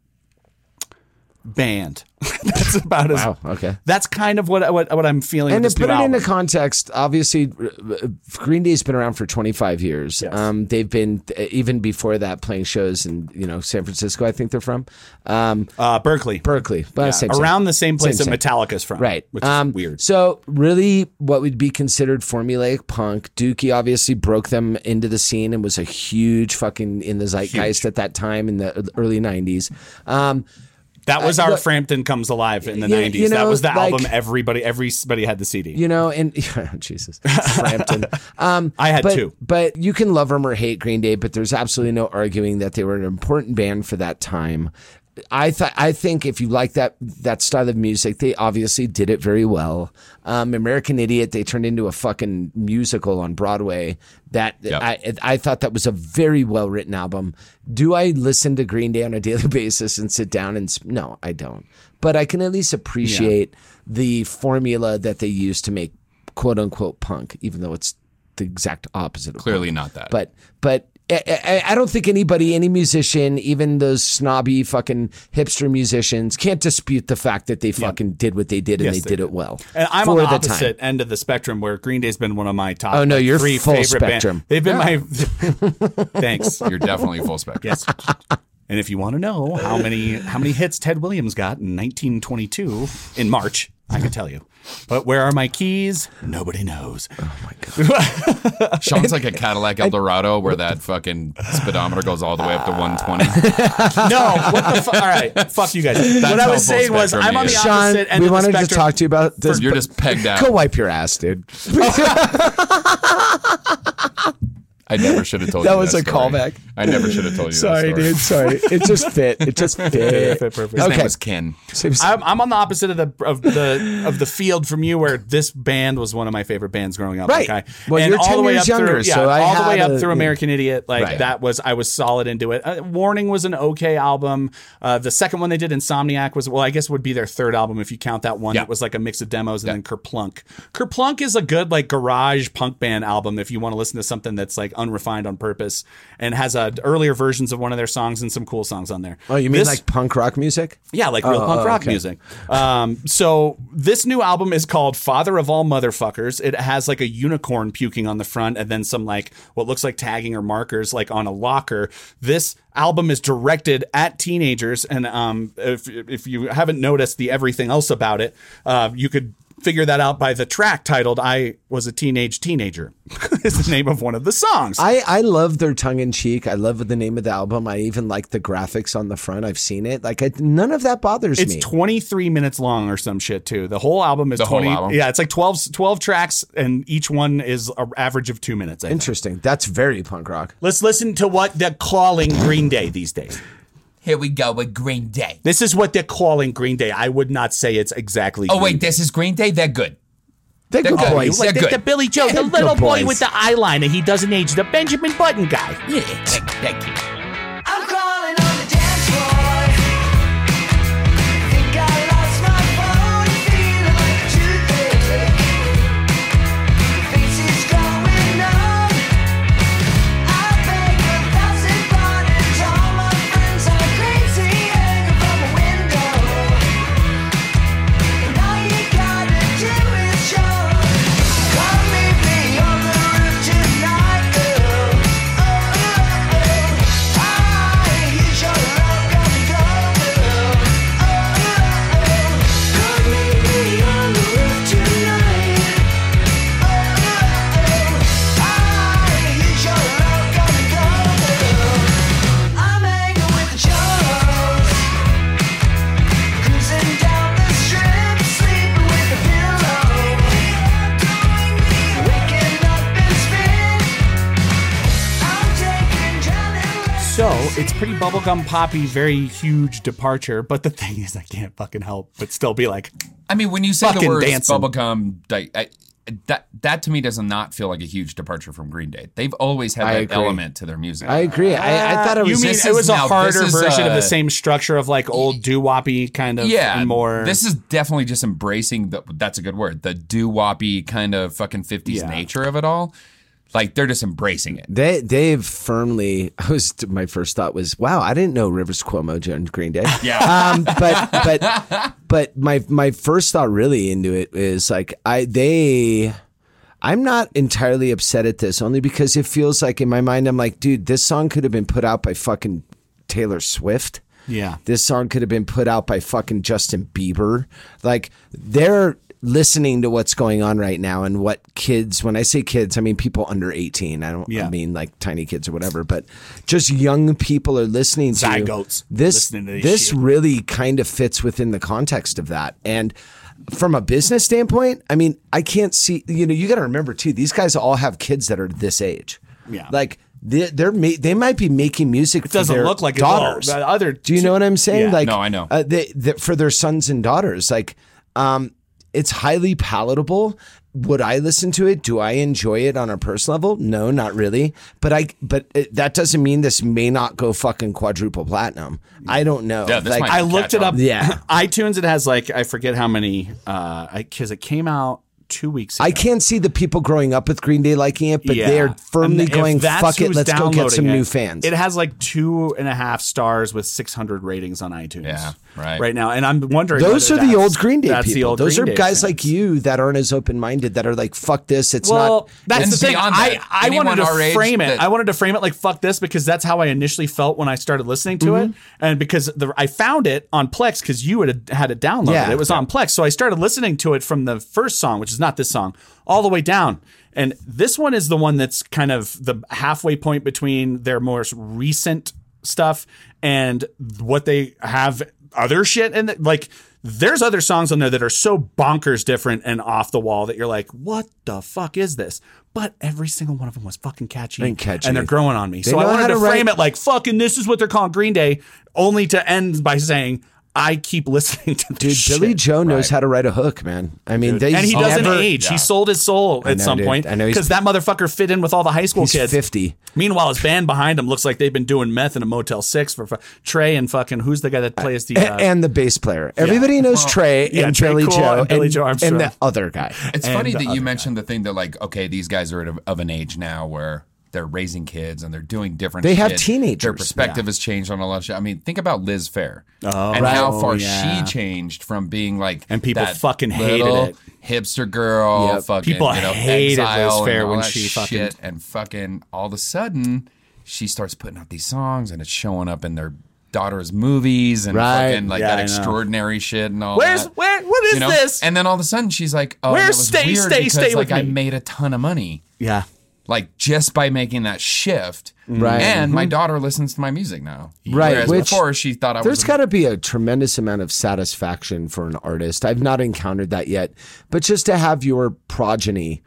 band. that's about as
wow. Okay.
That's kind of what what what I'm feeling.
And
with
to
this new
put it
album.
into context, obviously, r- r- Green Day's been around for 25 years. Um, they've been uh, even before that playing shows in you know San Francisco. I think they're from um,
uh, Berkeley,
Berkeley, well,
Yeah,
same, same.
around the same place
Same,
that
same.
Metallica's from,
Right.
Which
Um,
is weird.
So, really, what would be considered formulaic punk, Dookie obviously broke them into the scene and was a huge fucking in the zeitgeist at that time in the early 90s. Um,
That was
Uh,
our
look-
Frampton Comes Alive in the
You- you
90s. that
know,
was the
like-
album everybody everybody had the CD.
you know, and Jesus, Frampton. Um,
I had
but,
two.
But you can love them or hate Green Day, but there's absolutely no arguing that they were an important band for that time. I thought I think if you like that that style of music, they obviously did it very well. Um, American Idiot, they turned into a fucking musical on Broadway. That
Yeah.
I I thought that was a very well written album. Do I listen to Green Day on a daily basis and sit down and s- no, I don't. But I can at least appreciate the formula that they use to make quote unquote punk, even though it's the exact opposite of
Clearly not that.
but but I, I- I don't think anybody, any musician, even those snobby fucking hipster musicians, can't dispute the fact that they fucking did what they did and
Yes,
they,
they
did
did.
it well.
And I'm
for
on the,
the time.
opposite end of the spectrum where Green Day's been one of my top
Oh, no,
like,
you're
three
full
favorite band-
spectrum.
They've been my Thanks.
You're definitely full spectrum.
Yes. And if you want to know how many how many hits Ted Williams got in 1922 in March, I can tell you. But where are my keys? Nobody knows.
Oh,
Sean's like a Cadillac Eldorado where that fucking speedometer goes all the way up
Ah.
to 120.
no, what the fuck? All right, fuck you guys. what I
how full
was saying was,
spectrum
I'm
he
on the
is.
Sean,
opposite end
we
of the
wanted to
spectrum.
talk to you about this.
You're
but-
just pegged out.
Go wipe your ass, dude.
Oh,
I never should have told
That
you
was
that
a
story.
callback.
I never should have told you
Sorry,
that story.
dude. Sorry. It just fit. It just fit.
His
Okay.
name was Ken.
So-
I'm, I'm on the opposite of the of the of the field from you, where this band was one of my favorite bands growing up.
Right.
Like I,
Well,
and
you're
all
10
the way
years
up through,
younger,
yeah,
so I
all the way
had
up
a-
through American Idiot. Like
Right.
that was I was solid into it. Uh, Warning was an okay album. Uh, the second one they did, Insomniac, was well, I guess would be their third album if you count that one.
Yeah.
That was like a mix of demos and then Kerplunk. Kerplunk is a good like garage punk band album if you want to listen to something that's like unrefined on purpose and has uh, earlier versions of one of their songs and some cool songs on there.
oh, you mean
This-
like punk rock music?
yeah, like real
Oh,
punk
oh,
rock
okay.
music. Um, so this new album is called Father of All Motherfuckers. It has like a unicorn puking on the front and then some like what looks like tagging or markers like on a locker. This album is directed at teenagers, and um, if if you haven't noticed the everything else about it, uh, you could figure that out by the track titled "I Was a Teenage Teenager." is the name of one of the songs.
I, I love their tongue in cheek. I love the name of the album. I even like the graphics on the front. I've seen it. Like I, none of that bothers
It's
me.
23 minutes long or some shit too. The whole album is
The whole
20
album?
Yeah, it's like 12 12 tracks and each one is an average of 2 minutes. I think.
Interesting. That's very punk rock.
Let's listen to what they're calling Green Day these days.
Here we go with Green Day.
This is what they're calling Green Day. I would not say it's exactly Green Day.
Oh, this is Green Day? They're good.
They're good
good.
boys.
They're
Like the,
good.
the Billy Joe, the
They're
little
good
boy
boys.
with the eyeliner, he doesn't age. The Benjamin Button guy.
Yeah, thank you.
I'm calling on the dance floor. Think I lost my phone, feeling like a toothache. Face is going numb. I beg a thousand pardons. All my friends are crazy, hanging from a window. And all you gotta do is show. Call me beyond the roof tonight, girl. Oh, oh, oh. I use your love control, girl. Oh, oh, oh. Call me beyond the roof tonight. Oh, oh, oh. I use your love control, girl. I'm hanging with the Joes. Cruising down the strip, sleeping with a pillow. Waking up in spin. I'm taking drowning lessons.
So it's pretty bubblegum poppy, very huge departure. But the thing is, I can't fucking help but still be like,
I mean, when you say
Fucking
the words
dancing.
bubblegum, di- I, that that to me does not feel like a huge departure from Green Day. They've always had
I
that
agree.
element to their music.
I agree. I, I thought it
you
was.
mean
this
it
is
was a
now- this
harder
is,
version of
uh,
the same structure of like old doo woppy kind of
yeah,
and more.
This is definitely just embracing the. That's a good word. The doo woppy kind of fucking fifties
Yeah.
nature of it all. Like they're just embracing it.
They they've firmly. I was my first thought was, wow, I didn't know Rivers Cuomo joined Green Day.
Yeah.
Um, but but but my my first thought really into it is like I they. I'm not entirely upset at this, only because it feels like in my mind I'm like, dude, this song could have been put out by fucking Taylor Swift.
yeah.
This song could have been put out by fucking Justin Bieber. Like they're listening to what's going on right now and what kids when I say kids, I mean people under 18. I don't
Yeah.
mean like tiny kids or whatever, but just young people are listening to
Zygotes
This
listening to this
this
shit.
really kind of fits within the context of that. And from a business standpoint, I mean, I can't see, you know, you got to remember too, these guys all have kids that are this age.
Yeah.
Like they- they're ma- they might be making music
It doesn't
their
look like
daughters.
daughters. It, well, the other,
Do you know what I'm saying?
Yeah.
like,
No, I know.
Uh, they, they, for their sons and daughters, like, um, it's highly palatable. Would I listen to it? Do I enjoy it on a personal level? No, not really. But I, but it, that doesn't mean this may not go fucking quadruple platinum. I don't know.
Yeah, this might-
I looked
catch
it up.
on.
Yeah.
iTunes. It has like I forget how many. Uh, because it came out two weeks ago.
I can't see the people growing up with Green Day liking it, but
Yeah.
they're firmly
And if
going,
that's
fuck it,
who's
let's go
downloading
get some
it,
new fans.
It has like two and a half stars with 600 ratings on iTunes.
Yeah,
right. Right now. And I'm wondering.
Those are
whether
the
that's-
old Green Day
that's the
people.
old
Those
Green
are
Day
guys
fans.
like you that aren't as open minded, that are like, fuck this. It's
well,
not.
that's
it's-
the thing. I, I wanted
anyone our
to
age
frame it.
that-
I wanted to frame it like fuck this because that's how I initially felt when I started listening to it,
Mm-hmm.
and because the, I found it on Plex because you had had it downloaded.
Yeah.
It was on Plex, so I started listening to it from the first song, which is not this song, all the way down. And this one is the one that's kind of the halfway point between their most recent stuff and what they have other shit and like. There's other songs on there that are so bonkers different and off the wall that you're like, what the fuck is this? But every single one of them was fucking catchy.
And catchy.
they're growing on me.
They
so I
know
wanted
how
to
to write-
frame it like fucking this is what they're calling Green Day, only to end by saying, I keep listening to this
Dude,
shit.
Billy Joe knows how to write a hook, man. I mean, they
and he doesn't
never-
age.
Yeah.
He sold his soul
I
at
know,
some
dude.
point.
I know he's-
because that motherfucker fit in with all the high school
He's
kids.
50.
Meanwhile, his band behind him looks like they've been doing meth in a Motel Six for fu- Trey and fucking who's the guy that plays the
A-
uh,
and the bass player. Everybody knows
Well,
Trey
yeah,
and
Trey
Billy
Cole
Joe
and Billy Joe Armstrong.
and the other guy.
It's funny that you mentioned the thing that like, okay, these guys are of, of an age now where they're raising kids and they're doing different.
They have
shit. Their
teenagers.
perspective has changed on a lot of shit. I mean, think about Liz Fair
Oh,
and how
right.
far
Yeah.
she changed from being like
And people
that
fucking hated
little
it.
hipster girl.
Yep.
Fucking
People
you know,
hated
exile
Liz
and
Fair
all
when
that
she fucking-
shit. and fucking all of a sudden she starts putting out these songs and it's showing up in their daughter's movies and
Right.
fucking like
Yeah,
that
I know.
extraordinary shit and all
Where's
that.
where? What is
You know?
this?
And then all of a sudden she's like, "Oh, that
Where's
was
stay,
weird
stay,
because,
stay
like
with
I
me?"
made a ton of money,
yeah,
like just by making that shift."
Mm-hmm. Right.
And
Mm-hmm.
my daughter listens to my music now.
Right,
Whereas
which-
before she thought I
There's
was.
got to be a tremendous amount of satisfaction for an artist. I've not encountered that yet, but just to have your progeny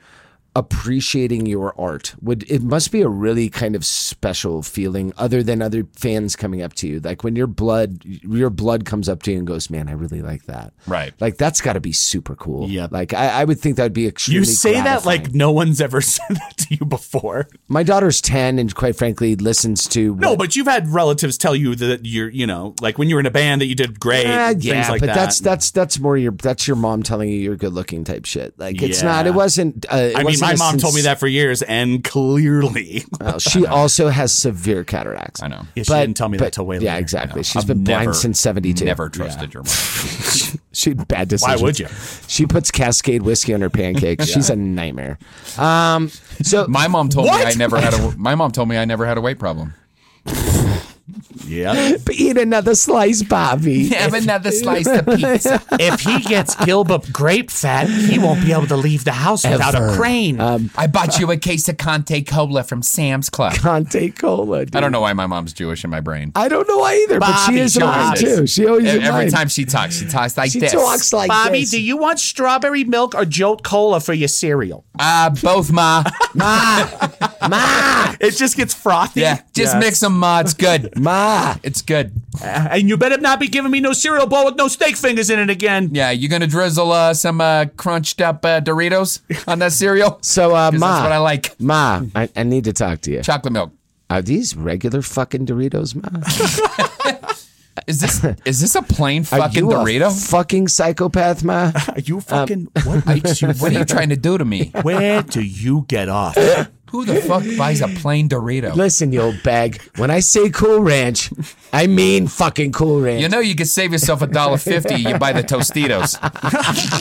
appreciating your art would it must be a really kind of special feeling other than other fans coming up to you like when your blood your blood comes up to you and goes man i really like that
Right.
like that's got to be super cool yeah like I, I would think that would be extremely
you say that
gratifying.
like no one's ever said that to you before.
my daughter's 10 and quite frankly listens to
No, but you've had relatives tell you that you're, you know, like when you were in a band that you did great,
Eh,
things like
but
that.
that's that's that's more your that's your mom telling you you're good looking type shit. Like it's
Yeah.
not. It wasn't. Uh, it
I mean,
wasn't
my
a
mom told me
since-
that for years, and clearly,
Well, she also has severe cataracts. I know.
Yeah, she didn't tell me that till way
Yeah,
later.
exactly.
Yeah.
She's
I've
been
never-
blind since '72.
never trusted your
mom. she had bad decisions.
would you?
She puts Cascade whiskey on her pancakes. She's a nightmare. Um. So
my mom told
What?
me I never had a. My mom told me I never had a weight problem.
yeah.
But eat another slice, Bobby.
Have another slice of pizza.
if he gets Gilbert grape fat, he won't be able to leave the house without a
Ever.
crane.
Um,
I bought you a case of Conte Cola from Sam's Club.
Conte Cola. Dude.
I don't know why my mom's Jewish in my brain.
I don't know either, but she
Bobby, E-,
is
she
mine
always
too.
is.
She always
Every
is mine.
time she talks, she talks like
She
this.
talks like
Bobby,
this.
do you want strawberry milk or Jolt Cola for your cereal?
Uh, both ma.
Ma,
It just gets frothy.
Yeah, just
Yes.
mix them, ma. It's good.
ma.
It's good.
And you better not be giving me no cereal bowl with no steak fingers in it again.
Yeah, you gonna drizzle uh, some uh, crunched up uh, Doritos on that cereal?
So, uh,
'Cause
ma.
that's what I like.
Ma, I, I need to talk to you.
Chocolate milk.
Are these regular fucking Doritos, Ma?
Is this is this a plain
Are
fucking
you a
Dorito?
fucking psychopath, Ma?
Are you fucking? what
Um,
makes you?
what are you trying to do to me?
Where do you get off?
Who the fuck buys a plain Dorito?
Listen, you old bag. When I say Cool Ranch, I mean fucking Cool Ranch.
You know you could save yourself a dollar fifty. You buy the Tostitos.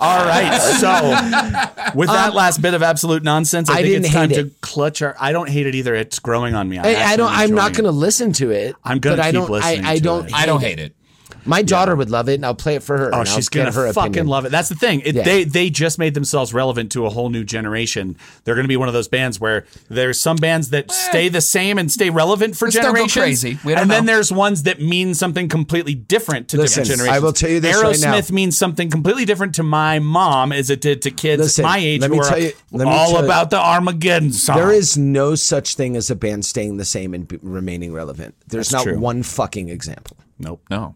All right, so with that last bit of absolute nonsense, I,
Um, I
think
didn't
it's time
hate
to
it.
clutch our. I don't hate it either. It's growing on me. I'm
I, I don't.
actually
I'm not
enjoying
going to listen to it.
I'm gonna
but I
keep
don't,
listening
I, I
to
don't.
it.
I don't hate it.
My daughter would love it, and I'll play it for her.
Oh,
and I'll
she's gonna
get her
fucking
opinion.
love it. That's the thing. It,
Yeah.
They they just made themselves relevant to a whole new generation. They're gonna be one of those bands where there's some bands that stay the same and stay relevant for
Let's don't go
generations.
crazy. We don't
and then
know.
there's ones that mean something completely different to
Listen,
different generations.
I will tell you this right
Aerosmith
now.
means something completely different to my mom as it did to kids
Listen,
my age
let
who
me
are
tell you- let me
all
tell you-
about the Armageddon song.
There is no such thing as a band staying the same and b- remaining relevant. There's
That's
not
true.
one fucking example.
nope.
No.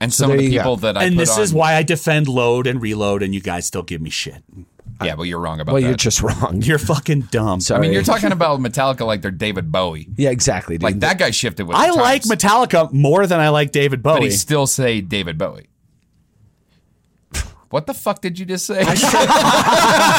And some of
Mm-hmm. there
the
you go.
people that I
and
put
this is
on-
why I defend load and reload, and you guys still give me shit.
Yeah, well, you're wrong about
Well,
that.
you're just wrong.
You're fucking dumb.
Sorry.
I mean, you're talking about Metallica like they're David Bowie.
Yeah, exactly. Dude.
Like that guy shifted with.
I
the
like
times,
Metallica more than I like David Bowie.
but he still say David Bowie. What the fuck did you just say?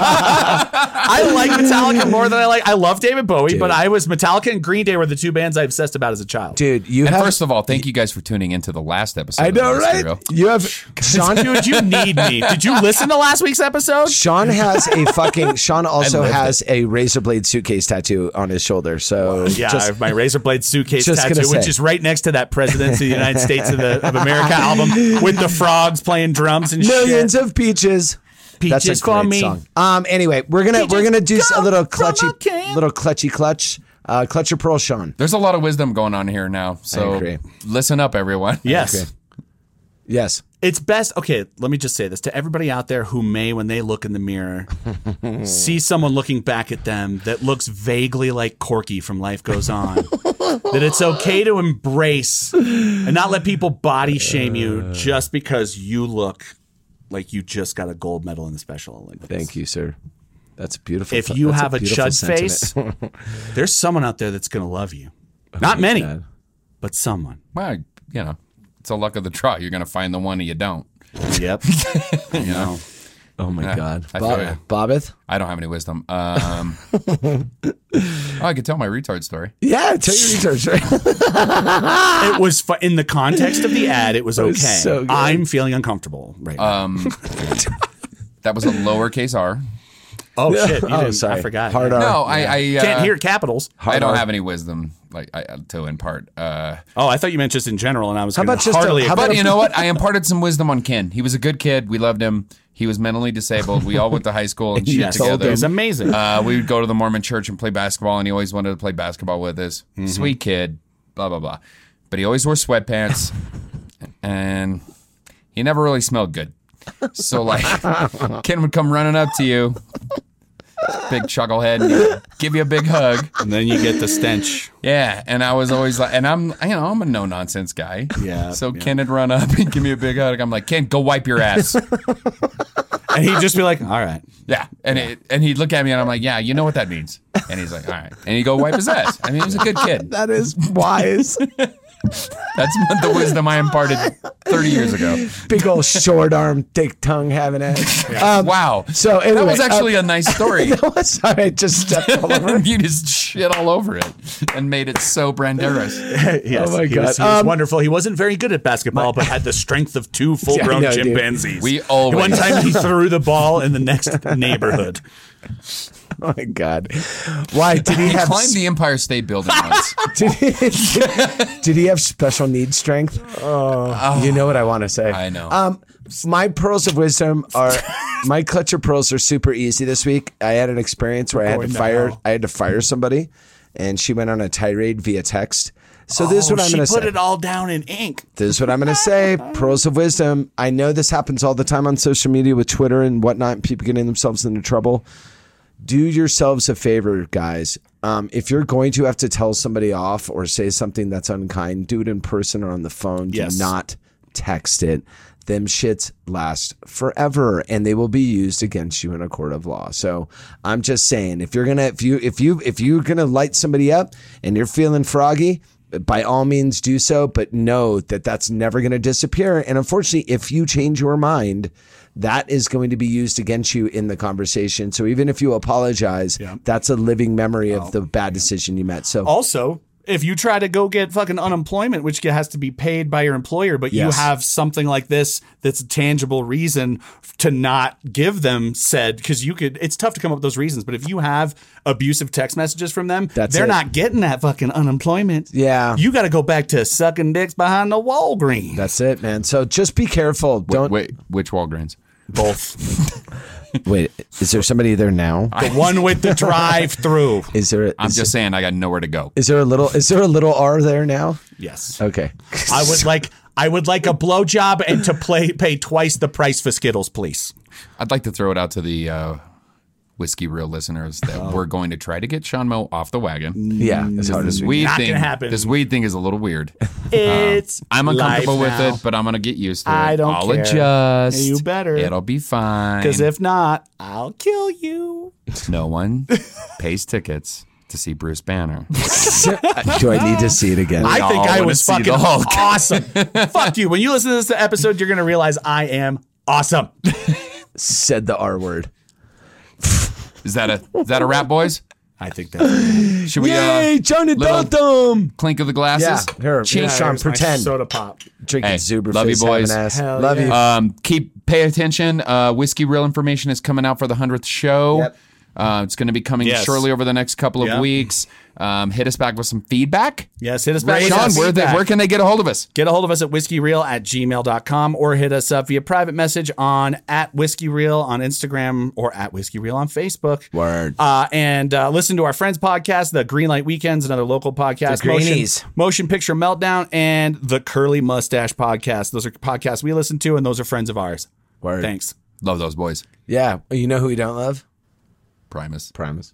I like Metallica more than I like. I love David Bowie, but I was Metallica and Green Day were the two bands I obsessed about as a child.
Dude, you
and
have.
first of all, thank you guys for tuning into the last episode.
I
of The
know,
Mystery
right?
Row.
You have Sean.
Dude, you need me. Did you listen to last week's episode?
Sean has a fucking. Sean also
lived
has a razor blade suitcase tattoo on his shoulder. So
Yeah, I
just
have my razor blade suitcase
Just gonna
tattoo, which
say.
is right next to that Presidents of the United States of, the, of America album with the frogs playing drums and
millions
shit.
of peaches. That's
Peaches
a
call
great
me.
song. Um. Anyway, we're gonna we're gonna do a little clutchy,
can.
little clutchy clutch, uh, clutch your pearl, Sean.
There's a lot of wisdom going on here now. So
agree.
listen up, everyone.
Yes.
Okay. Yes.
It's best. Okay, let me just say this to everybody out there who may, when they look in the mirror, see someone looking back at them that looks vaguely like Corky from Life Goes On. that it's okay to embrace and not let people body shame
Uh.
you just because you look like you just got a gold medal in the Special Olympics.
Thank you, sir. That's beautiful.
If you
that's
have a,
beautiful
chud
sentiment.
face, there's someone out there that's going to love you. Not many,
God.
but someone.
Well, you know, it's a luck of the draw. You're going to find the one that you don't.
Yep. you know.
Oh my God,
I
Bob,
feel ya.
Bobbeth.
I don't have any wisdom. Um, oh, I could tell my retard story.
Yeah, tell your research. Right?
it was fu- in the context of the ad. It was okay.
was so good.
I'm feeling uncomfortable right now.
Um,
That was a lowercase r.
oh shit! You
oh,
didn't,
sorry.
I forgot.
Hard R.
No, I I, uh,
Can't hear capitals.
I don't
R.
have any wisdom like I, to impart. Uh,
Oh, I thought you meant just in general, and I was
How
how
about just a-
hardly.
how about-
but you know what? I imparted some wisdom on Ken. He was a good kid. We loved him. He was mentally disabled. We all went to high school and shit
yes,
together.
it was amazing.
Uh, we would go to the Mormon church and play basketball, and he always wanted to play basketball with us. Sweet kid, blah blah blah. But he always wore sweatpants, and he never really smelled good. So like, Ken would come running up to you, big chucklehead, and he'd give you a big hug.
and then you get the stench.
Yeah, and I was always like, and I'm, you know, I'm a no nonsense guy.
Yeah,
So
yeah.
Ken would run up and give me a big hug. I'm like, Ken, go wipe your ass.
And he'd just be like, "All right,
Yeah, and It, and he'd look at me and I'm like, yeah, you know what that means. And he's like, all right, and he'd go wipe his ass. I mean, he was a good kid.
that is wise.
That's the wisdom I imparted 30 years ago.
Big old short arm, thick tongue having it. Um,
Wow.
So anyway, uh,
that was actually a nice story.
that was sorry. I just stepped all over. it.
you just shit all over it and made it so Branderas.
yes."
Oh my
he
God.
was, he was
Um,
wonderful. He wasn't very good at basketball, but had the strength of two full-grown
Yeah, I know, dude.
chimpanzees.
We always-
one time he threw the ball in the next neighborhood.
Oh my god. Why did he
He
have?
climbed the Empire State Building once.
Did he, did he have special need strength? Oh, you know what I want to say.
I know.
Um, my pearls of wisdom are my clutch of pearls are super easy this week. I had an experience where I had to
Going to
fire
hell.
I had to fire somebody, and she went on a tirade via text. So this is what
Oh,
I'm
she
going to say.
put it all down in ink.
this is what I'm going to say. Pearls of wisdom. I know this happens all the time on social media with Twitter and whatnot, and people getting themselves into trouble. Do yourselves a favor, guys. Um, if you're going to have to tell somebody off or say something that's unkind, do it in person or on the phone.
Yes.
Do not text it. Them shits last forever, and they will be used against you in a court of law. So I'm just saying, if you're gonna, if you, if you, if you're gonna light somebody up and you're feeling froggy, by all means do so, but know that that's never going to disappear. And unfortunately, if you change your mind, that is going to be used against you in the conversation. So even if you apologize, that's a living memory of the bad decision you met. So
Also, if you try to go get fucking unemployment, which has to be paid by your employer, but
Yes.
you have something like this that's a tangible reason to not give them said, because you could, it's tough to come up with those reasons, but if you have abusive text messages from them,
That's
they're
it.
not getting that fucking unemployment.
Yeah.
You got to go back to sucking dicks behind the Walgreens.
that's it, man. So just be careful. Don't wait.
Wait, which Walgreens?
Both.
is there somebody there now?
the one with the drive through.
Is there? Is,
I'm just saying, I got nowhere to go.
is there a little? Is there a little R there now?
Yes.
Okay.
I would like. I would like a blowjob and to play pay twice the price for Skittles, please.
I'd like to throw it out to the uh, whiskey reel listeners that
Oh.
we're going to try to get Sean Mo off the wagon.
Yeah, as hard as
This
we.
weed
Mm. Not gonna
thing,
happen.
this weed thing is a little weird.
It's
I'm uncomfortable
life
with
now.
it, but I'm gonna get used to it.
I don't
I'll
care.
adjust.
You better.
It'll be fine.
Because if not, I'll kill you.
no one pays tickets to see Bruce Banner,
Do I need to see it again?
I think
all
I
wanna
was
see the
fucking
Hulk.
awesome. Fuck you. When you listen to this episode, you're gonna realize I am Awesome.
Said the R word.
Is that a is that a wrap, boys?
I think
that. Should we?
Yay,
uh,
Johnny
little
Dalton!
Clink of the glasses.
Yeah, here,
Cheers.
yeah, Sean,
here's my
pretend.
soda pop.
Drinking
Hey,
Zuber
love you,
face, having
boys.
ass.
Hell
love
yeah.
you.
Um, keep pay attention. Uh, Whiskey Real Information is coming out for the hundredth show.
Yep.
Uh, it's going to be coming
Yes.
shortly over the next couple of
Yeah.
weeks. Um, hit us back with some feedback.
Yes, hit us back. with
Sean,
some
where, they,
feedback.
where can they get a hold of us?
Get a hold of us at whiskeyreel at gmail.com or hit us up via private message on at whiskeyreel on Instagram or at whiskeyreel on Facebook.
Word.
Uh, and uh, listen to our friends' podcast, The Greenlight Weekends, another local podcast,
The Greenies.
Motion, Motion Picture Meltdown, and The Curly Mustache Podcast. Those are podcasts we listen to, and those are friends of ours.
Word.
Thanks.
Love those boys.
Yeah. You know who we don't love?
Primus.
Primus.